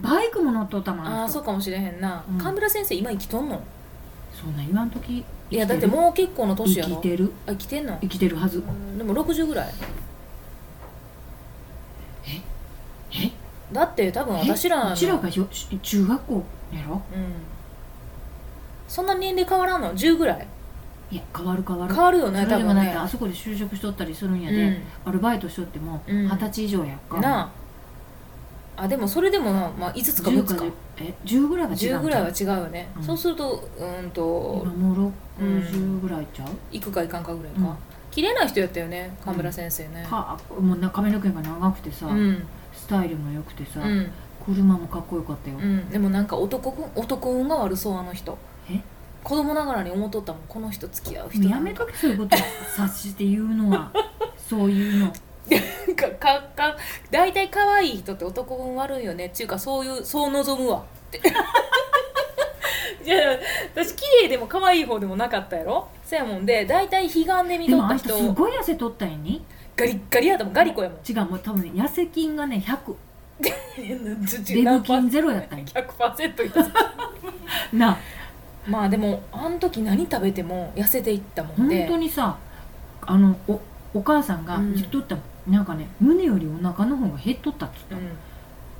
Speaker 3: バイクも乗っとったもん
Speaker 2: ああ
Speaker 3: の
Speaker 2: ー
Speaker 3: 人
Speaker 2: そうかもしれへんな、
Speaker 3: うん
Speaker 2: カンベラ先生今生きとんの
Speaker 3: そんなん言わんとき
Speaker 2: いやだってもう結構の
Speaker 3: 生き
Speaker 2: 年やろ
Speaker 3: てる
Speaker 2: あ生きてんの
Speaker 3: 生きてるはず
Speaker 2: うんでも60ぐらいだって多分私らの
Speaker 3: うちらがひょし中学校やろ
Speaker 2: うんそんな年齢変わらんの10ぐらい
Speaker 3: いや変わる変わる
Speaker 2: 変わるよね
Speaker 3: それ
Speaker 2: 多
Speaker 3: でも
Speaker 2: 分
Speaker 3: なん
Speaker 2: ね
Speaker 3: かあそこで就職しとったりするんや
Speaker 2: う
Speaker 3: で、
Speaker 2: ん
Speaker 3: アルバイトしとっても
Speaker 2: うん
Speaker 3: 二十歳以上やっか、
Speaker 2: なああでもそれでもな、まあ、5つか6
Speaker 3: 10
Speaker 2: つか
Speaker 3: かえ10ぐらいが違う
Speaker 2: 10
Speaker 3: ん
Speaker 2: ぐ
Speaker 3: ちゃ
Speaker 2: ら
Speaker 3: う
Speaker 2: いは違うよね、
Speaker 3: うん
Speaker 2: そうするとうーんと
Speaker 3: 今も
Speaker 2: うん
Speaker 3: 60ぐらいちゃう、
Speaker 2: 行くか行かんかぐらいか、
Speaker 3: うん
Speaker 2: 綺麗な人やったよね神村先生ね
Speaker 3: かもうな髪の毛が長くてさ、
Speaker 2: うん
Speaker 3: スタイルも良くてさ、
Speaker 2: うん、
Speaker 3: 車もかっこよかったよ、
Speaker 2: うん、でもなんか男くん男運が悪そうあの人
Speaker 3: え
Speaker 2: 子供ながらに思っとったもんこの人付き合う人
Speaker 3: もうやめとけそういうこと察して言う のはそういう
Speaker 2: な
Speaker 3: の
Speaker 2: んかかか大体可愛い人って男運悪いよねっていうかそういうそう望むわって いや私綺麗でも可愛い方でもなかったやろそやもんで大体悲願で見
Speaker 3: で
Speaker 2: とっ
Speaker 3: もあ
Speaker 2: た
Speaker 3: いつ
Speaker 2: 人
Speaker 3: すごい痩せとったんやに
Speaker 2: ガリッガリやったもんガリ子やもん
Speaker 3: 違うもう多分ね痩せ菌がね100デ
Speaker 2: デ
Speaker 3: ブ菌ゼロやったんや
Speaker 2: 100%いた
Speaker 3: なあ
Speaker 2: まあでもあの時何食べても痩せていったもん
Speaker 3: 本
Speaker 2: で
Speaker 3: 当にさあのおお母さんが
Speaker 2: うん
Speaker 3: 言っとったもん、なんかね胸よりお腹の方が減っとったっつった、
Speaker 2: うん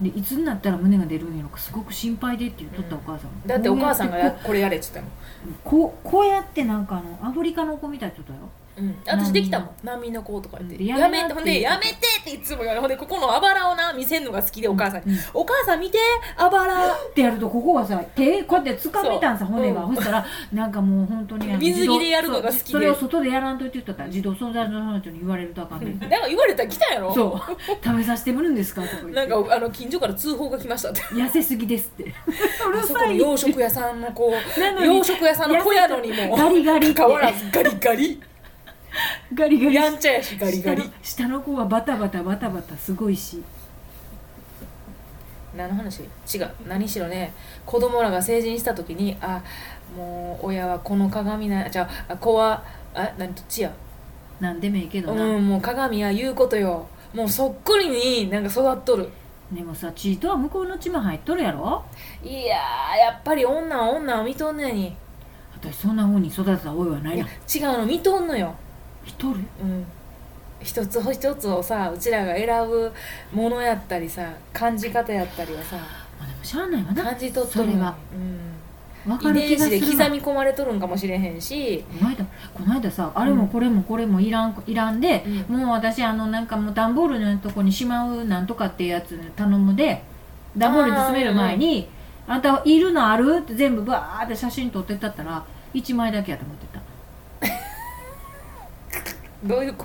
Speaker 3: でいつになったら胸が出るんやろかすごく心配でって言っとった
Speaker 2: う
Speaker 3: お
Speaker 2: ん
Speaker 3: 母さんも、
Speaker 2: だってお母さんがや
Speaker 3: こ
Speaker 2: これやれっつったもん、
Speaker 3: うやってこうこうやってなんかあのアフリカの子みたいって言っとった
Speaker 2: うん、私できたもん難民の子とか言って
Speaker 3: うん
Speaker 2: や
Speaker 3: やめ
Speaker 2: め
Speaker 3: なってて
Speaker 2: ほんでやめてっていつも言われるほんでここのあばらをな見せんのが好きで
Speaker 3: よ
Speaker 2: お母さんに、
Speaker 3: うっ
Speaker 2: お母さん見てあばら
Speaker 3: てやるとここはさ手こうやって掴めたんさ骨が、
Speaker 2: うん
Speaker 3: そしたらなんかもう本当にあの
Speaker 2: 水着
Speaker 3: 児童
Speaker 2: でやるのが好きで
Speaker 3: そうそれを外でやらんといって言っとったら児童相談所の人に言われるとあかんね
Speaker 2: なん
Speaker 3: ん
Speaker 2: か言われたら来たやろ
Speaker 3: そう食べさせてもらうんですかとか言って
Speaker 2: なんかあの近所から通報が来ましたって
Speaker 3: 痩せすぎですってう
Speaker 2: あ
Speaker 3: る
Speaker 2: そこ
Speaker 3: さ
Speaker 2: の
Speaker 3: い
Speaker 2: 洋食屋さんの子
Speaker 3: なのに
Speaker 2: 洋食屋さんの子やのにも
Speaker 3: ガリガリって
Speaker 2: 変わらずガリガリ
Speaker 3: ガリガリ
Speaker 2: やんちゃやしガリガリ
Speaker 3: 下の下の子はバタバタバタバタすごいし
Speaker 2: 何の話違う何しろね子供らが成人した時にあもう親はこの鏡なじゃああ子はあ何どっちや
Speaker 3: なんでもいいけどな、
Speaker 2: うんもう鏡や言うことよもうそっくりになんか育っとる
Speaker 3: でもさチートは向こうの血も入っとるやろ
Speaker 2: いやーやっぱり女は女を見とんねに
Speaker 3: 私そんな風に育てた覚えはない
Speaker 2: いや
Speaker 3: な
Speaker 2: 違うの見とんのよ
Speaker 3: 一人
Speaker 2: うん一つ一つをさうちらが選ぶものやったりさ感じ方やったりはさ
Speaker 3: まあでもしゃあないわな
Speaker 2: 感じ取っとる
Speaker 3: それは、
Speaker 2: うん、
Speaker 3: 分かる
Speaker 2: 遺
Speaker 3: 気
Speaker 2: 伝
Speaker 3: が
Speaker 2: 子
Speaker 3: す
Speaker 2: で刻
Speaker 3: るわ
Speaker 2: み込まれとるんかもしれへんし、
Speaker 3: この間この間さあれもこれもこれもいらんいらんで、
Speaker 2: うん
Speaker 3: もう私あのなんかもう段ボールのとこにしまうなんとかってやつ頼むで段ボールに詰める前に「あんたいるのある?」って全部バーって写真撮ってったったら1枚だけやと思ってた
Speaker 2: どういうこ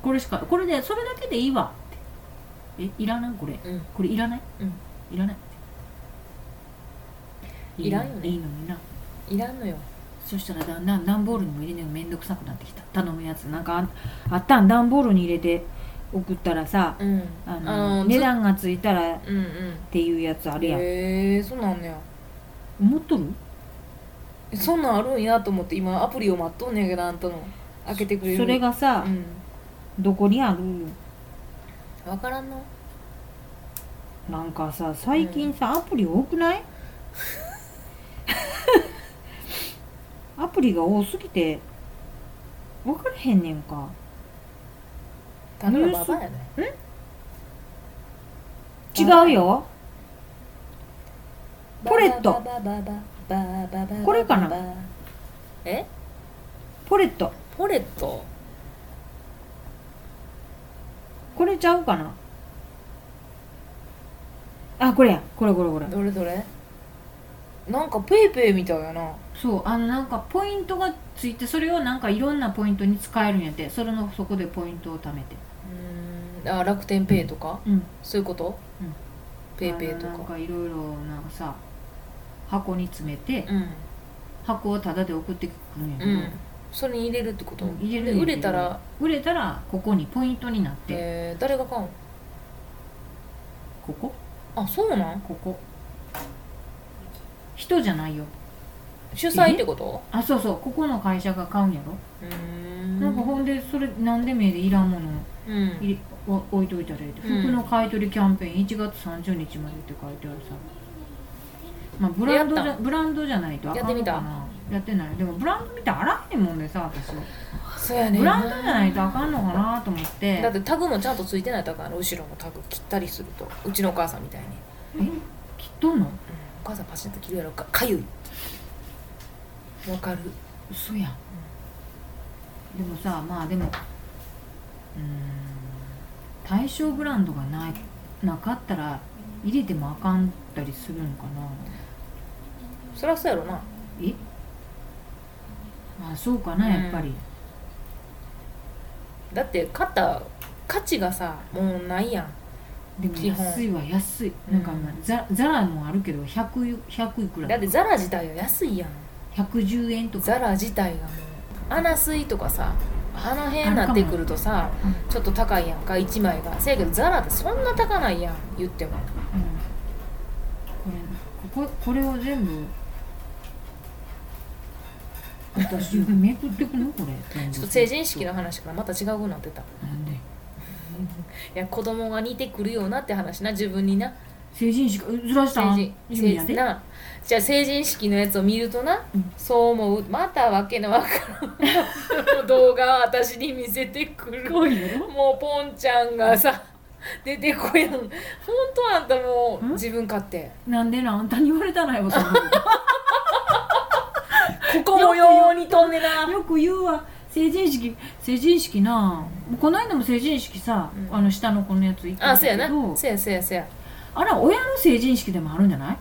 Speaker 3: これしかこれでそれだけでいいわってえいらないこれ
Speaker 2: と、うん
Speaker 3: これいらない、いらないって
Speaker 2: いらんよね
Speaker 3: いいのにない
Speaker 2: らんのよ
Speaker 3: そしたらだんだん段ボールにも入れるのがめんどくさくなってきた頼むやつなんかああったん段ボールに入れて送ったらさ
Speaker 2: うん
Speaker 3: あの
Speaker 2: の
Speaker 3: 値段がついたらっ
Speaker 2: ずうんうん
Speaker 3: ていうやつあるやん、
Speaker 2: へえー、そうなんねや
Speaker 3: 思っとる
Speaker 2: えそんなんあるんやと思って今アプリを待っとんねんけどあんたの開けてくれる
Speaker 3: それがさ
Speaker 2: う、ん
Speaker 3: どこにある
Speaker 2: 分からんの
Speaker 3: なんかさ最近さ、アプリ多くない アプリが多すぎて分からへんねんか
Speaker 2: ただのババアやね
Speaker 3: 違うよポレット
Speaker 2: バババババババ
Speaker 3: これかな
Speaker 2: え
Speaker 3: ポレット
Speaker 2: ポレット
Speaker 3: これちゃうかなあこれやこれこれこれ
Speaker 2: どれどれなんかペイペイみたいやな
Speaker 3: そうあのなんかポイントがついてそれをなんかいろんなポイントに使えるんやってそれのそこでポイントを貯めて
Speaker 2: うーんあ楽天ペイとか
Speaker 3: うん
Speaker 2: そういうこと、
Speaker 3: うん
Speaker 2: ペイペイと
Speaker 3: あのなん
Speaker 2: か
Speaker 3: かいろいろなんかさ箱に詰めて
Speaker 2: うん
Speaker 3: 箱をタダで送ってくるんやけ
Speaker 2: う
Speaker 3: ど、
Speaker 2: んそれに入れるってこと、
Speaker 3: うん入れるん
Speaker 2: で
Speaker 3: やけど
Speaker 2: 売れたら、
Speaker 3: 売れたらここにポイントになって、
Speaker 2: えー誰が買うん
Speaker 3: ここ
Speaker 2: あそうなん
Speaker 3: ここ人じゃないよ
Speaker 2: 主催ってこと
Speaker 3: あそうそうここの会社が買うんやろ、
Speaker 2: うーん
Speaker 3: なんかほんでそれ何でもええでいらんもの
Speaker 2: うん
Speaker 3: 入れお置いといたらええで
Speaker 2: うん
Speaker 3: 服の買い取りキャンペーン1月30日までって書いてあるさまあ、ブランドじ
Speaker 2: や
Speaker 3: ゃブランドじゃないとあかんのかな
Speaker 2: やって
Speaker 3: やってないでもブランド見て洗えへんもんでさ私
Speaker 2: そうやねん
Speaker 3: ブランドじゃないとあかんのかなと思って
Speaker 2: だってタグもちゃんとついてないとあかんやろ後ろのタグ切ったりするとうちのお母さんみたいに、うん、
Speaker 3: え切っとんの
Speaker 2: お母さんパシッと切るやろかかゆいわかる
Speaker 3: 嘘やん、でもさまあでもうーん対象ブランドがないなかったら入れてもあかんったりするんかな
Speaker 2: そりゃそうやろな
Speaker 3: えあそうかな
Speaker 2: うん
Speaker 3: やっぱり、
Speaker 2: だって買った価値がさもうないやん
Speaker 3: でも
Speaker 2: 基本
Speaker 3: 安いは安い
Speaker 2: うん
Speaker 3: なんか、まあザザラもあるけど 100, 100いくら
Speaker 2: だってザラ自体が安いやん
Speaker 3: 110円とか
Speaker 2: ザラ自体がもう穴水とかさあの辺になってくるとさ
Speaker 3: うん
Speaker 2: ちょっと高いやんか1枚がせやけどザラってそんな高ないやん言っても
Speaker 3: うんこれこここれを全部私めくってくのこれ
Speaker 2: ちょっと成人式の話からまた違うくなってたい
Speaker 3: なんで
Speaker 2: や子供が似てくるよなって話な自分にな
Speaker 3: 成人式ずらした
Speaker 2: 成人
Speaker 3: 意味や
Speaker 2: 成
Speaker 3: で
Speaker 2: なじゃあ成人式のやつを見るとな、
Speaker 3: うん
Speaker 2: そう思うまたわけのわからん動画を私に見せてくる
Speaker 3: 多いよ
Speaker 2: もうポンちゃんがさ出てこやんほんとあんたもうん自分勝手
Speaker 3: なんでなあんたに言われたないわそんなこ
Speaker 2: ここもように飛んでな
Speaker 3: とよく言うわ成人式成人式なこの間も成人式さ、
Speaker 2: うん
Speaker 3: あの下の子のやつ行った
Speaker 2: あ
Speaker 3: ん
Speaker 2: そうや
Speaker 3: だけ
Speaker 2: な
Speaker 3: ど
Speaker 2: そうやそうやそうや
Speaker 3: あら親の成人式でもあるんじゃない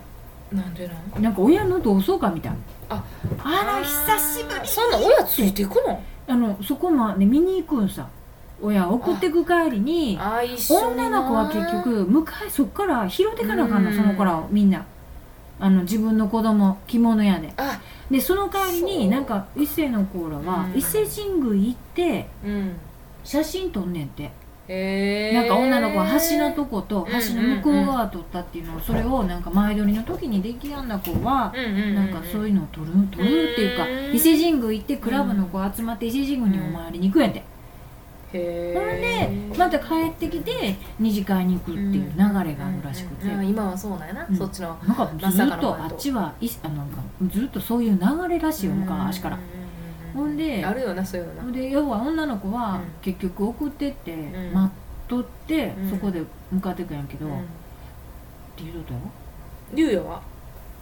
Speaker 2: なんでなん
Speaker 3: なんか親の同窓会みたい
Speaker 2: あ
Speaker 3: あら久しぶり
Speaker 2: あーそんな親ついてくの
Speaker 3: あのそこまで見に行くんさ親送ってく帰りに
Speaker 2: あー一緒にな
Speaker 3: 女の子は結局迎えそっから拾ってかなあかんのその子らをみんなあの自分の子供着物やで
Speaker 2: あ
Speaker 3: でその代わり
Speaker 2: そう
Speaker 3: になんか一世の子らは
Speaker 2: うん
Speaker 3: 伊勢神宮行って
Speaker 2: うん
Speaker 3: 写真撮んねんて、
Speaker 2: へえ
Speaker 3: なんか女の子は橋のとこと
Speaker 2: えー
Speaker 3: 橋の向こう側撮ったっていうのをそれをなんか前撮りの時に出来上がった子は
Speaker 2: うんうんうん
Speaker 3: なんかそういうのを撮る撮るっていうか
Speaker 2: うん
Speaker 3: 伊勢神宮行ってクラブの子集まって伊勢神宮にお参りに行くんやて
Speaker 2: へ
Speaker 3: ほんで
Speaker 2: え
Speaker 3: また帰ってきて二次会に行くっていう流れがあるらしくて、
Speaker 2: うんうんうん今はそうなんやな、
Speaker 3: うん
Speaker 2: そっちの
Speaker 3: なんかずっとあっちはいあなんかずっとそういう流れらしいよ昔か
Speaker 2: う
Speaker 3: ら
Speaker 2: んうんうん
Speaker 3: ほんで
Speaker 2: あるよなそういうのな
Speaker 3: で要は女の子
Speaker 2: うん
Speaker 3: は結局送ってって
Speaker 2: ん
Speaker 3: 待っとって
Speaker 2: うん
Speaker 3: そこで向かってくんやけどっ
Speaker 2: うん
Speaker 3: ていうことやろ
Speaker 2: 竜也は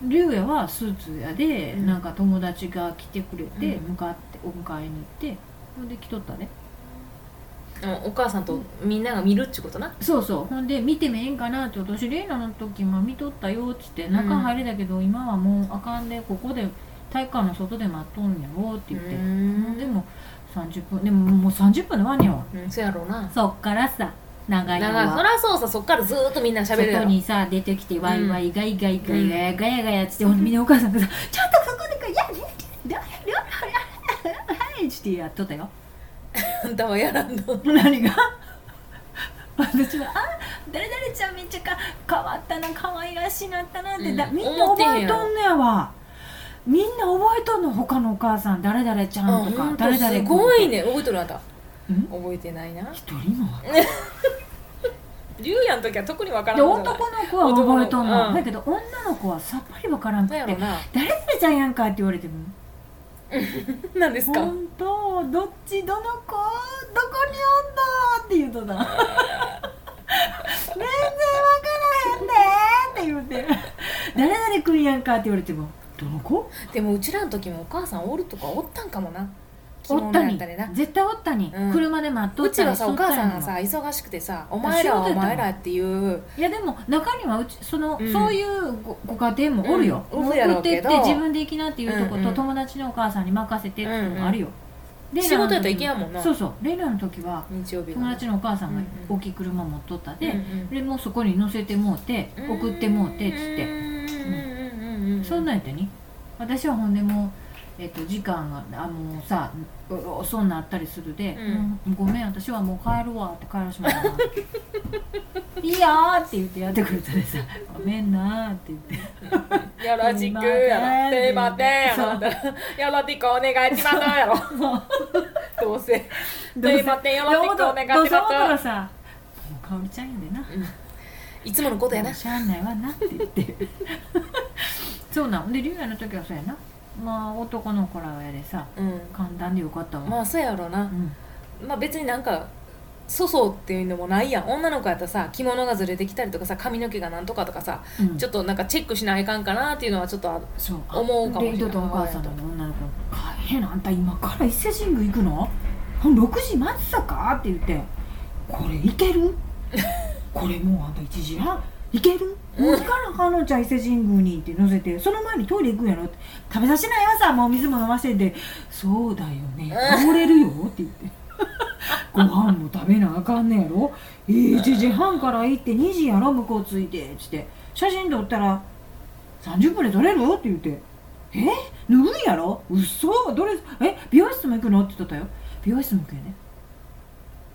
Speaker 3: 竜也はスーツやで
Speaker 2: うん
Speaker 3: なんか友達が来てくれて
Speaker 2: う
Speaker 3: 向かってお迎えに行ってほんで来とったね
Speaker 2: うんお母さんとみんなが見るっちゅうことな
Speaker 3: そうそうほんで見てもええんかなって私レイナの時も見とったよっつって
Speaker 2: ん
Speaker 3: 中入れたけど今はもうあかんでここで体育館の外で待っとんやろって言って
Speaker 2: う
Speaker 3: で
Speaker 2: ん
Speaker 3: も30分でももう30分でわんねよ
Speaker 2: うんそうやろうな
Speaker 3: そっからさ長いの
Speaker 2: だからそ
Speaker 3: は
Speaker 2: らそうさそっからずーっとみんな喋るや
Speaker 3: 外
Speaker 2: ろ
Speaker 3: にさ出てきてワイワイガイガイガイガヤガヤガヤっつって、ほんでみんなお母さんがさ「ちょっとそこでかいやりやりやりやりはい」ってやっとったよ
Speaker 2: あんたはやらんの
Speaker 3: 何が私は「あ誰々ちゃんめっちゃか変わったな可愛らしいなったな」って、だ
Speaker 2: うん
Speaker 3: みんな
Speaker 2: 思ってへん
Speaker 3: 覚えとんのやわみんな覚えとんの他のお母さん誰々ちゃんと
Speaker 2: あほ
Speaker 3: か
Speaker 2: んと
Speaker 3: 誰々
Speaker 2: す
Speaker 3: 君
Speaker 2: ごいね覚えとるあんた
Speaker 3: うん
Speaker 2: 覚えてないな
Speaker 3: 一人もわかんない
Speaker 2: 竜也の時は特にわからん
Speaker 3: で
Speaker 2: こと
Speaker 3: 男
Speaker 2: ない
Speaker 3: の子は覚えとんの、
Speaker 2: うん
Speaker 3: だけど女の子はさっぱりわからんく
Speaker 2: そう
Speaker 3: て
Speaker 2: や
Speaker 3: 「誰
Speaker 2: ろな
Speaker 3: 々ちゃんやんか」って言われても
Speaker 2: 何で
Speaker 3: 「
Speaker 2: すか
Speaker 3: 本当どっちどの子どこにおんの?」って言うと な「全然わからへんで」って言うて「誰々くんやんか」って言われても「どの子?
Speaker 2: でもうちらの時もお母さんおるとかおったんかもな」着
Speaker 3: お
Speaker 2: 物
Speaker 3: った
Speaker 2: や
Speaker 3: に
Speaker 2: ったりな
Speaker 3: 絶対おったに、
Speaker 2: うん
Speaker 3: 車で待っと
Speaker 2: う
Speaker 3: っ
Speaker 2: ち
Speaker 3: た
Speaker 2: は
Speaker 3: り
Speaker 2: さ
Speaker 3: しと
Speaker 2: お
Speaker 3: ったん
Speaker 2: 母
Speaker 3: や
Speaker 2: さん
Speaker 3: も
Speaker 2: が
Speaker 3: ん
Speaker 2: さ忙しくてさ「お前らはお前ら」っていう
Speaker 3: いやでも中にはうちその、
Speaker 2: うん
Speaker 3: そういうごご家庭もおるよ、
Speaker 2: うん
Speaker 3: も
Speaker 2: おるやろ
Speaker 3: 送
Speaker 2: う
Speaker 3: っ
Speaker 2: け
Speaker 3: て
Speaker 2: ど
Speaker 3: って自分で行きなっていうとこと、
Speaker 2: うんうん
Speaker 3: 友達のお母さんに任せてっていうのもあるよ、レイラ
Speaker 2: 仕
Speaker 3: の時
Speaker 2: 事やったらいけやもんな
Speaker 3: そうそうレイラの時は
Speaker 2: 日曜日が
Speaker 3: 友達のお母さんが
Speaker 2: うんうん
Speaker 3: 大きい車持っとったで、
Speaker 2: うんうん
Speaker 3: でもうそこに乗せてもうて送ってもうてっつって、
Speaker 2: て
Speaker 3: そんなんやったに私はほんでもうえっと、時間があもうさう遅になったりするで、
Speaker 2: う
Speaker 3: もうごめん私はもう帰るわって帰らしまったな いいやーって言ってやってくれたでさごめんなーって言って
Speaker 2: よろしくやろてまてやろよろしくお願いしますやろ
Speaker 3: もう
Speaker 2: どうせ
Speaker 3: どう
Speaker 2: て
Speaker 3: せ
Speaker 2: まてよろ
Speaker 3: どう
Speaker 2: しくお願い
Speaker 3: どう
Speaker 2: し
Speaker 3: せ思った
Speaker 2: ま
Speaker 3: ら
Speaker 2: す
Speaker 3: さもうかおりちゃんやでない
Speaker 2: つものことやな
Speaker 3: もうしゃあないわなって言って そうなんで竜也の時はそうやなまあ男の子らはやでさ
Speaker 2: うん
Speaker 3: 簡単でよかったわ、
Speaker 2: まあそうやろうな
Speaker 3: うん
Speaker 2: まあ別になんか粗相っていうのもないやん女の子やったらさ着物がずれてきたりとかさ髪の毛がなんとかとかさ
Speaker 3: うん、
Speaker 2: ちょっとなんかチェックしないかんかなっていうのはちょっとある
Speaker 3: そう
Speaker 2: 思うかもしれない
Speaker 3: レイドとお母さんの女の子が「変なあんた今から伊勢神宮行くの ?6 時待ってたか?」って言って「これ行 けるこれもうあんた1時半行けるもう行かなあかんのちゃう伊勢神宮に」って乗せて「その前にトイレ行くんやろ?」って「食べさせないわさもう水も飲ませて」そうだよね倒れるよ」って 言って。ご飯も食べなあかんねやろえー、1時半から行って2時やろ向こう着いてっつって写真撮ったら30分で撮れるって言って「え脱ぐんやろ嘘ドレスえ美容室も行くの?」って言ってたよ美容室も行くよね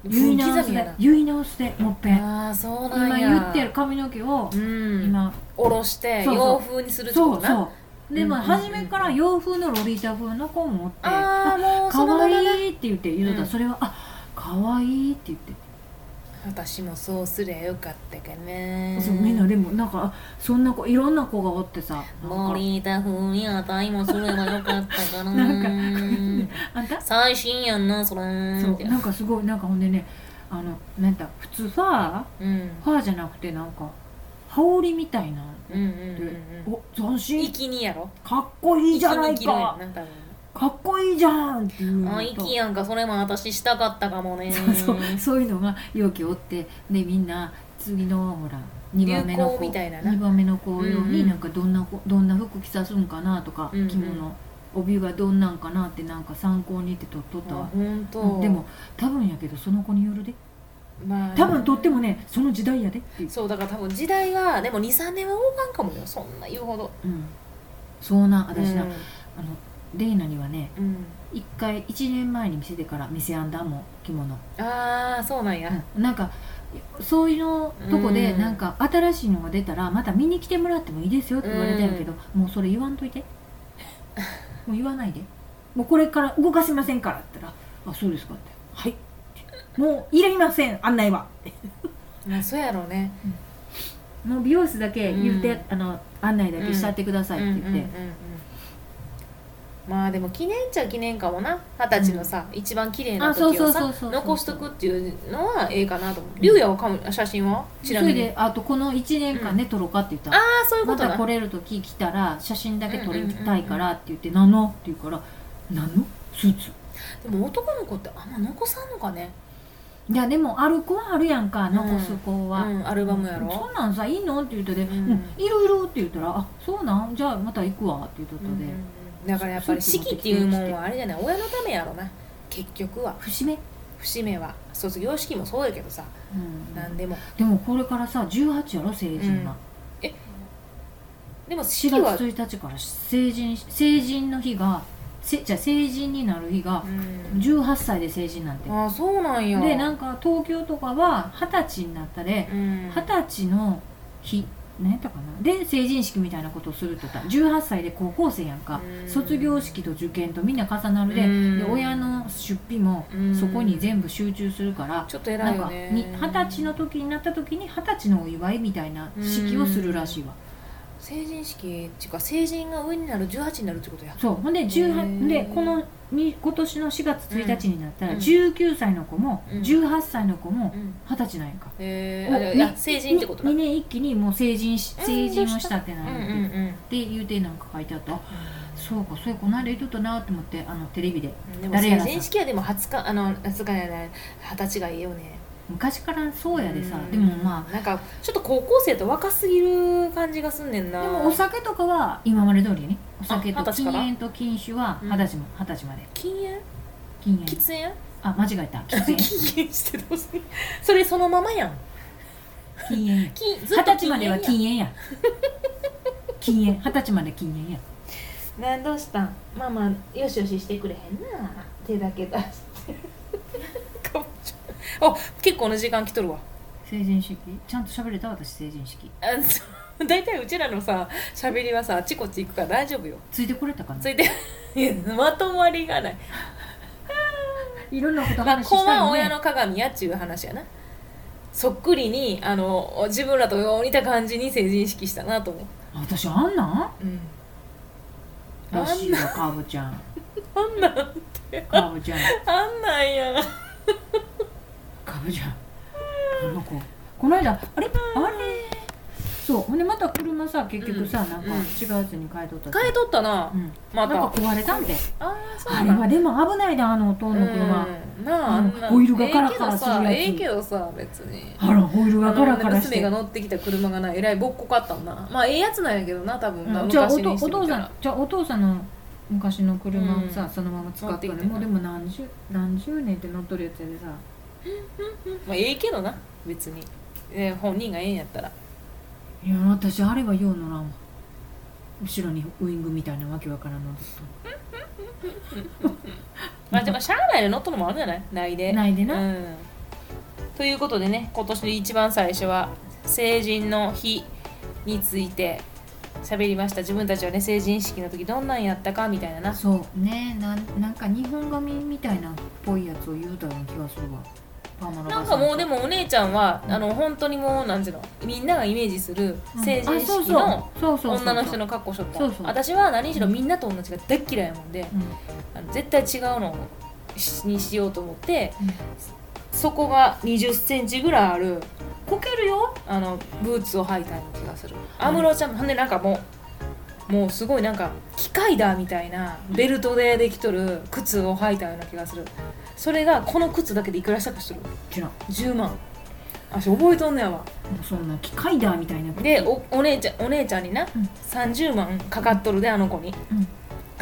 Speaker 3: 言い直
Speaker 2: 刻
Speaker 3: す
Speaker 2: みや
Speaker 3: で
Speaker 2: な
Speaker 3: 言い直すでもっぺん
Speaker 2: ああそうな
Speaker 3: 今
Speaker 2: んや
Speaker 3: 言ってる髪の毛を
Speaker 2: うん
Speaker 3: 今
Speaker 2: 下ろして
Speaker 3: そうそう
Speaker 2: 洋風にするってこ
Speaker 3: そ
Speaker 2: と
Speaker 3: う
Speaker 2: な
Speaker 3: そうでも
Speaker 2: うんうんうん
Speaker 3: 初めから洋風のロリータ風の子を持って「
Speaker 2: ああもうその
Speaker 3: 可
Speaker 2: まま
Speaker 3: 愛
Speaker 2: ね
Speaker 3: いって言って言うとった
Speaker 2: うん
Speaker 3: それは「あ可愛いって言って。
Speaker 2: 私もそうすりゃよかったかね
Speaker 3: そうみんなでもなんかそんな子いろんな子がおってさなん
Speaker 2: モ
Speaker 3: か
Speaker 2: リータ風にあたいもすればよかったかな
Speaker 3: なんかあんた
Speaker 2: 最新やんなそれ
Speaker 3: そ
Speaker 2: み
Speaker 3: う
Speaker 2: たい
Speaker 3: な
Speaker 2: なん
Speaker 3: かすごいなんかほんでねあのなんだ普通ファー
Speaker 2: うん
Speaker 3: ファーじゃなくてなんか羽織みたいな
Speaker 2: うんうん
Speaker 3: で、
Speaker 2: うん
Speaker 3: お斬
Speaker 2: うん
Speaker 3: 新
Speaker 2: 息にやろ
Speaker 3: かっこいいじゃない
Speaker 2: 息抜きのや
Speaker 3: か
Speaker 2: んな多分
Speaker 3: かっこいいじゃんっていうのと
Speaker 2: あ息やんかそれも私したかったかもね
Speaker 3: そうそうそういうのが容器おってでみんな次のほら2番目の子
Speaker 2: 流行みたいなな
Speaker 3: 二番目の子用
Speaker 2: うんう
Speaker 3: に
Speaker 2: ん
Speaker 3: なんかどんな子どんな服着さすんかなとか、
Speaker 2: うんうん
Speaker 3: 着物帯がどんなんかなってなんか参考にって取っとった
Speaker 2: あ
Speaker 3: わ、
Speaker 2: 本当、
Speaker 3: うんでも多分やけどその子によるで
Speaker 2: まあ
Speaker 3: 多分とってもねその時代やでっていう、
Speaker 2: そうだから多分時代はでも23年は多かんかもよそんな言うほど
Speaker 3: うん、そうなん私な、
Speaker 2: うん
Speaker 3: あのレイナにはね
Speaker 2: うん
Speaker 3: 一回1年前に見せてから見せあんだもん着物、
Speaker 2: ああそうなんや、
Speaker 3: うんなんかそういうのとこで
Speaker 2: うん
Speaker 3: なんか新しいのが出たらまた見に来てもらってもいいですよって言われたんやけど、もうそれ言わんといて もう言わないでもうこれから動かせませんからって言ったら「あそうですか」って「はい」ってもういりません案内は」って
Speaker 2: まあそうやろうね
Speaker 3: もう美容室だけ言って、
Speaker 2: うん
Speaker 3: あの案内だけしちゃってくださいって言って、
Speaker 2: うんうんうんうんまあでも記念っちゃ記念かもな二十歳のさ、一番綺麗な時
Speaker 3: あそ
Speaker 2: を
Speaker 3: うそうそう
Speaker 2: さ
Speaker 3: そうそう
Speaker 2: 残しとくっていうのはええかなと思う竜也はかも写真はちな
Speaker 3: そ
Speaker 2: み
Speaker 3: れ
Speaker 2: に
Speaker 3: であとこの1年間で撮ろうかって言ったら、
Speaker 2: ああそういうこ
Speaker 3: ま
Speaker 2: と
Speaker 3: た
Speaker 2: だ
Speaker 3: 来れる時来たら写真だけ撮りたいからって言って「何の?」って言うから「何のスーツ
Speaker 2: でも男の子ってあんま残さんのかね、」
Speaker 3: いやでもある子はあるやんか
Speaker 2: ん
Speaker 3: 残す子
Speaker 2: う
Speaker 3: は、
Speaker 2: ん、アルバムやろ
Speaker 3: そんなんさいいのって言うとで「
Speaker 2: う
Speaker 3: うんんいろいろ」って言ったら「あそうなんじゃあまた行くわ」って言うとった
Speaker 2: う
Speaker 3: で、
Speaker 2: んだからやっぱり式っていうもんはあれじゃない親のためやろな結局は
Speaker 3: 節目、
Speaker 2: 節目は卒業式もそうやけどさ
Speaker 3: うん
Speaker 2: 何でも
Speaker 3: でもこれからさ18やろ成人が、
Speaker 2: うんでも式
Speaker 3: 4
Speaker 2: は
Speaker 3: 月1日から成人し成人の日がせじゃあ成人になる日が
Speaker 2: うん
Speaker 3: 18歳で成人なんて
Speaker 2: ああそうなんや
Speaker 3: でなんか東京とかは二十歳になったで
Speaker 2: うん
Speaker 3: 二十歳の日何やったかなで成人式みたいなことをするって言った18歳で高校生やんか
Speaker 2: うん
Speaker 3: 卒業式と受験とみんな重なるで
Speaker 2: うん
Speaker 3: で親の出費も
Speaker 2: うん
Speaker 3: そこに全部集中するから
Speaker 2: ちょっと偉
Speaker 3: ないん
Speaker 2: よ
Speaker 3: か
Speaker 2: ね
Speaker 3: に二十歳の時になった時に二十歳のお祝いみたいな式をするらしいわ
Speaker 2: 成人式っていうか成人が上になる18になるってことや
Speaker 3: そうほんで
Speaker 2: へ
Speaker 3: 18
Speaker 2: ー
Speaker 3: でこのに今年の4月1日になったら
Speaker 2: うん
Speaker 3: 19歳の子も
Speaker 2: うん
Speaker 3: 18歳の子も
Speaker 2: うん
Speaker 3: 二十歳なんやんか
Speaker 2: え
Speaker 3: お
Speaker 2: ー、いや成人ってことだ
Speaker 3: 2年一気にもう成人し
Speaker 2: うん
Speaker 3: 成人をしたってな
Speaker 2: うん
Speaker 3: る
Speaker 2: う
Speaker 3: っ
Speaker 2: ん
Speaker 3: て,、
Speaker 2: うん
Speaker 3: 言うてなんか書いてあったあそうかそうやこの間言っとったなと思ってあのテレビで
Speaker 2: うんでも
Speaker 3: 誰や
Speaker 2: 成
Speaker 3: らさ
Speaker 2: 人式はでも20日あの20日やない二十歳がいいよね
Speaker 3: 昔からそうやでさ、
Speaker 2: うん
Speaker 3: でもま
Speaker 2: なんかちょっと高校生と若すぎる感じがすんねん
Speaker 3: あ
Speaker 2: な
Speaker 3: でもお酒とかは今まで通りやねお酒
Speaker 2: あ
Speaker 3: と
Speaker 2: 二十歳
Speaker 3: 禁
Speaker 2: から
Speaker 3: 煙と禁酒は
Speaker 2: うん
Speaker 3: 二十歳も二十歳まで
Speaker 2: 禁煙
Speaker 3: 禁煙
Speaker 2: 喫 煙
Speaker 3: あ間違えた
Speaker 2: 禁
Speaker 3: 喫煙
Speaker 2: 煙してどうするそれそのままやん
Speaker 3: 禁煙や
Speaker 2: 禁ず
Speaker 3: 二
Speaker 2: っと
Speaker 3: 十歳までは禁
Speaker 2: 禁
Speaker 3: 煙や禁煙二十歳まで禁煙や
Speaker 2: 煙やんなどうしたんまあまあよしよししてくれへんな手だけ出してかぼちゃあ結構の時間来とるわ
Speaker 3: 成人式ちゃんと喋れた私成人式
Speaker 2: あそう大体うちらのさ喋りはさあちこち行くから大丈夫よ
Speaker 3: ついてこれたかな
Speaker 2: ついていやまとまりがない、
Speaker 3: いろんなこと
Speaker 2: まあ、
Speaker 3: 話
Speaker 2: 子
Speaker 3: したい
Speaker 2: は
Speaker 3: よ
Speaker 2: 親
Speaker 3: ね
Speaker 2: の鏡やっちゅう話やなそっくりにあの自分らと似た感じに成人式したなと思う
Speaker 3: 私あんなん
Speaker 2: うん
Speaker 3: らしいよカーボちゃん
Speaker 2: あんなん
Speaker 3: カーボちゃん
Speaker 2: あんなんやな
Speaker 3: カーボちゃんあの子この間あれあれそうほんでまた車さ結局さ、なんか
Speaker 2: うん
Speaker 3: 違うやつに変えとったし
Speaker 2: 変えとったな
Speaker 3: うん、
Speaker 2: また
Speaker 3: なんか壊れたんで
Speaker 2: ああそう
Speaker 3: あ
Speaker 2: なん
Speaker 3: れはでも危ないであの弟の車、
Speaker 2: うんなああんな
Speaker 3: うんオイルがカラカラするやつ
Speaker 2: ええけどさええけどさ別に
Speaker 3: あらホイール
Speaker 2: あ
Speaker 3: が
Speaker 2: の
Speaker 3: カラカラし
Speaker 2: 娘
Speaker 3: て
Speaker 2: が乗ってきた車がなえらいぼっこかったんなまあええやつなんやけどな多分な、
Speaker 3: うんじゃあお
Speaker 2: 昔
Speaker 3: とお
Speaker 2: にしてみた
Speaker 3: 父さ
Speaker 2: ら
Speaker 3: んじゃあお父さんの昔の車をさ、
Speaker 2: うん
Speaker 3: そのまま使って
Speaker 2: 持
Speaker 3: る
Speaker 2: ってき
Speaker 3: ね
Speaker 2: てな
Speaker 3: もうでも何十何十年って乗っとるやつやでさ
Speaker 2: まあええけどな別に、え本人がええんやったら
Speaker 3: いや私あれはよう乗らんわ後ろにウイングみたいなわけわからんのずっ
Speaker 2: まあでもしゃあないで乗っとるのもあるんじゃないないで
Speaker 3: とないで
Speaker 2: う
Speaker 3: な、
Speaker 2: んということでね今年の一番最初は成人の日について喋りました自分たちはね成人式の時どんなんやったかみたいなな
Speaker 3: そうねなんなんか日本髪みたいなっぽいやつを言うたような気がするわパーマの
Speaker 2: なんかもうで
Speaker 3: も
Speaker 2: もお姉ちゃんはあの本当にもうなんていうのみんながイメージする成人式の女の人の格好しとった
Speaker 3: そうそう
Speaker 2: 私は何しろみんなと同じが大っ嫌いやもんであの絶対違うのをしにしようと思って、
Speaker 3: うん
Speaker 2: そこが2 0ンチぐらいあるこけるよあのブーツを履いたような気がする安室ちゃんもほんでなんかもうもうすごいなんか機械だみたいなベルトでできとる靴を履いたような気がするそれがこの靴だけでいくらしたかする
Speaker 3: 違う
Speaker 2: 10万私覚えとんねやわ
Speaker 3: そんな機械だみたいな
Speaker 2: でおお姉ちゃんお姉ちゃんにな、
Speaker 3: うん
Speaker 2: 30万かかっとるであの子に、
Speaker 3: うん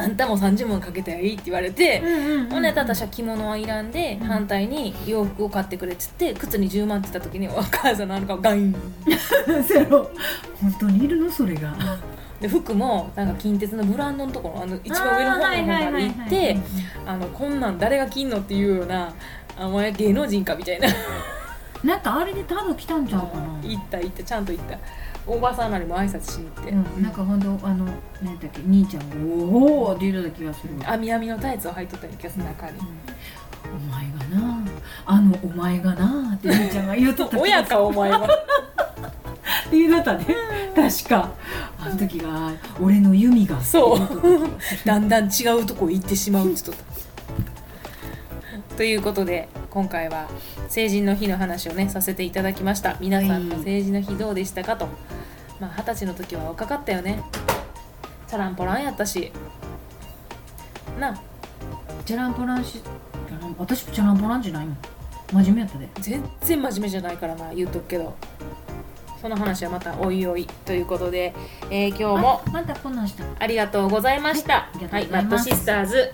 Speaker 2: あんたも30万かけたらいいって言われて、
Speaker 3: うんうんうん
Speaker 2: ほんで私は着物はいらんで、
Speaker 3: うん
Speaker 2: 反対に洋服を買ってくれっつって靴に10万って言った時にお母さんのあの顔ガイン
Speaker 3: せやろ本当にいるのそれが
Speaker 2: で服もなんか近鉄のブランドのところあの一番上の方の方から行ってあのこんなん誰が着んのっていうようなあお前芸能人かみたいな
Speaker 3: なんかあれで多分来たんちゃうかな、
Speaker 2: 行った行ったちゃんと行ったおばさんなりも挨拶しに行って、
Speaker 3: うん、なんかほんとあの何だっけ兄ちゃんが「おお!」って言ってた気がするわ、
Speaker 2: 網みのタイツを履いとったような気がする中に
Speaker 3: う。んお前がなあのお前がなって兄ちゃんが言うとった気が
Speaker 2: 親
Speaker 3: する
Speaker 2: かお前は
Speaker 3: って言うとったね確かあの時が「俺の弓が」
Speaker 2: そう
Speaker 3: って言うとった気がする
Speaker 2: だんだん違うとこ行ってしまう人と。ということで今回は成人の日の話をねさせていただきました皆さんの
Speaker 3: はい
Speaker 2: 成人の日どうでしたかとまあ二十歳の時は若かったよねチャランポランやったしなあ
Speaker 3: チャランポランしチャラン私チャランポランじゃないもん真面目やったで
Speaker 2: 全然真面目じゃないからな言うとくけどその話はまたおいおいということで、えー今日も
Speaker 3: あまたこんなんした
Speaker 2: ありがとうございました
Speaker 3: ありがとうご
Speaker 2: は
Speaker 3: ざ
Speaker 2: い
Speaker 3: い
Speaker 2: マッド
Speaker 3: ます
Speaker 2: シスターズ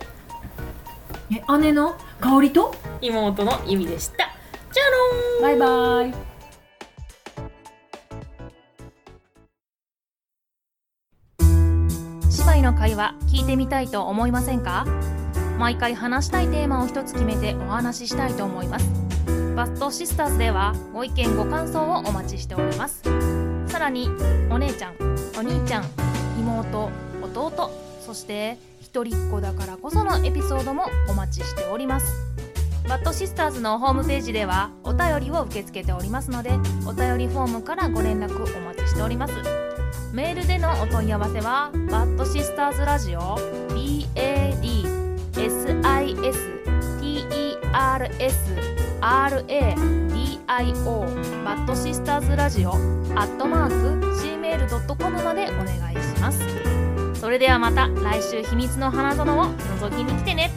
Speaker 3: え姉の香りと
Speaker 2: 妹の意味でしたじゃあろーん
Speaker 3: バイバイ
Speaker 1: 姉妹の会話聞いてみたいと思いませんか毎回話したいテーマを一つ決めてお話ししたいと思いますバストシスターズではご意見ご感想をお待ちしておりますさらにお姉ちゃんお兄ちゃん妹弟そして一人っ子だからこそのエピソードもお待ちしておりますバッドシスターズのホームページではお便りを受け付けておりますのでお便りフォームからご連絡お待ちしておりますメールでのお問い合わせはバッドシスターズラジオ BADSISTERSRADIO バッドシスターズラジオアットマーク Gmail.com までお願いしますそれではまた来週秘密の花園を覗きに来てね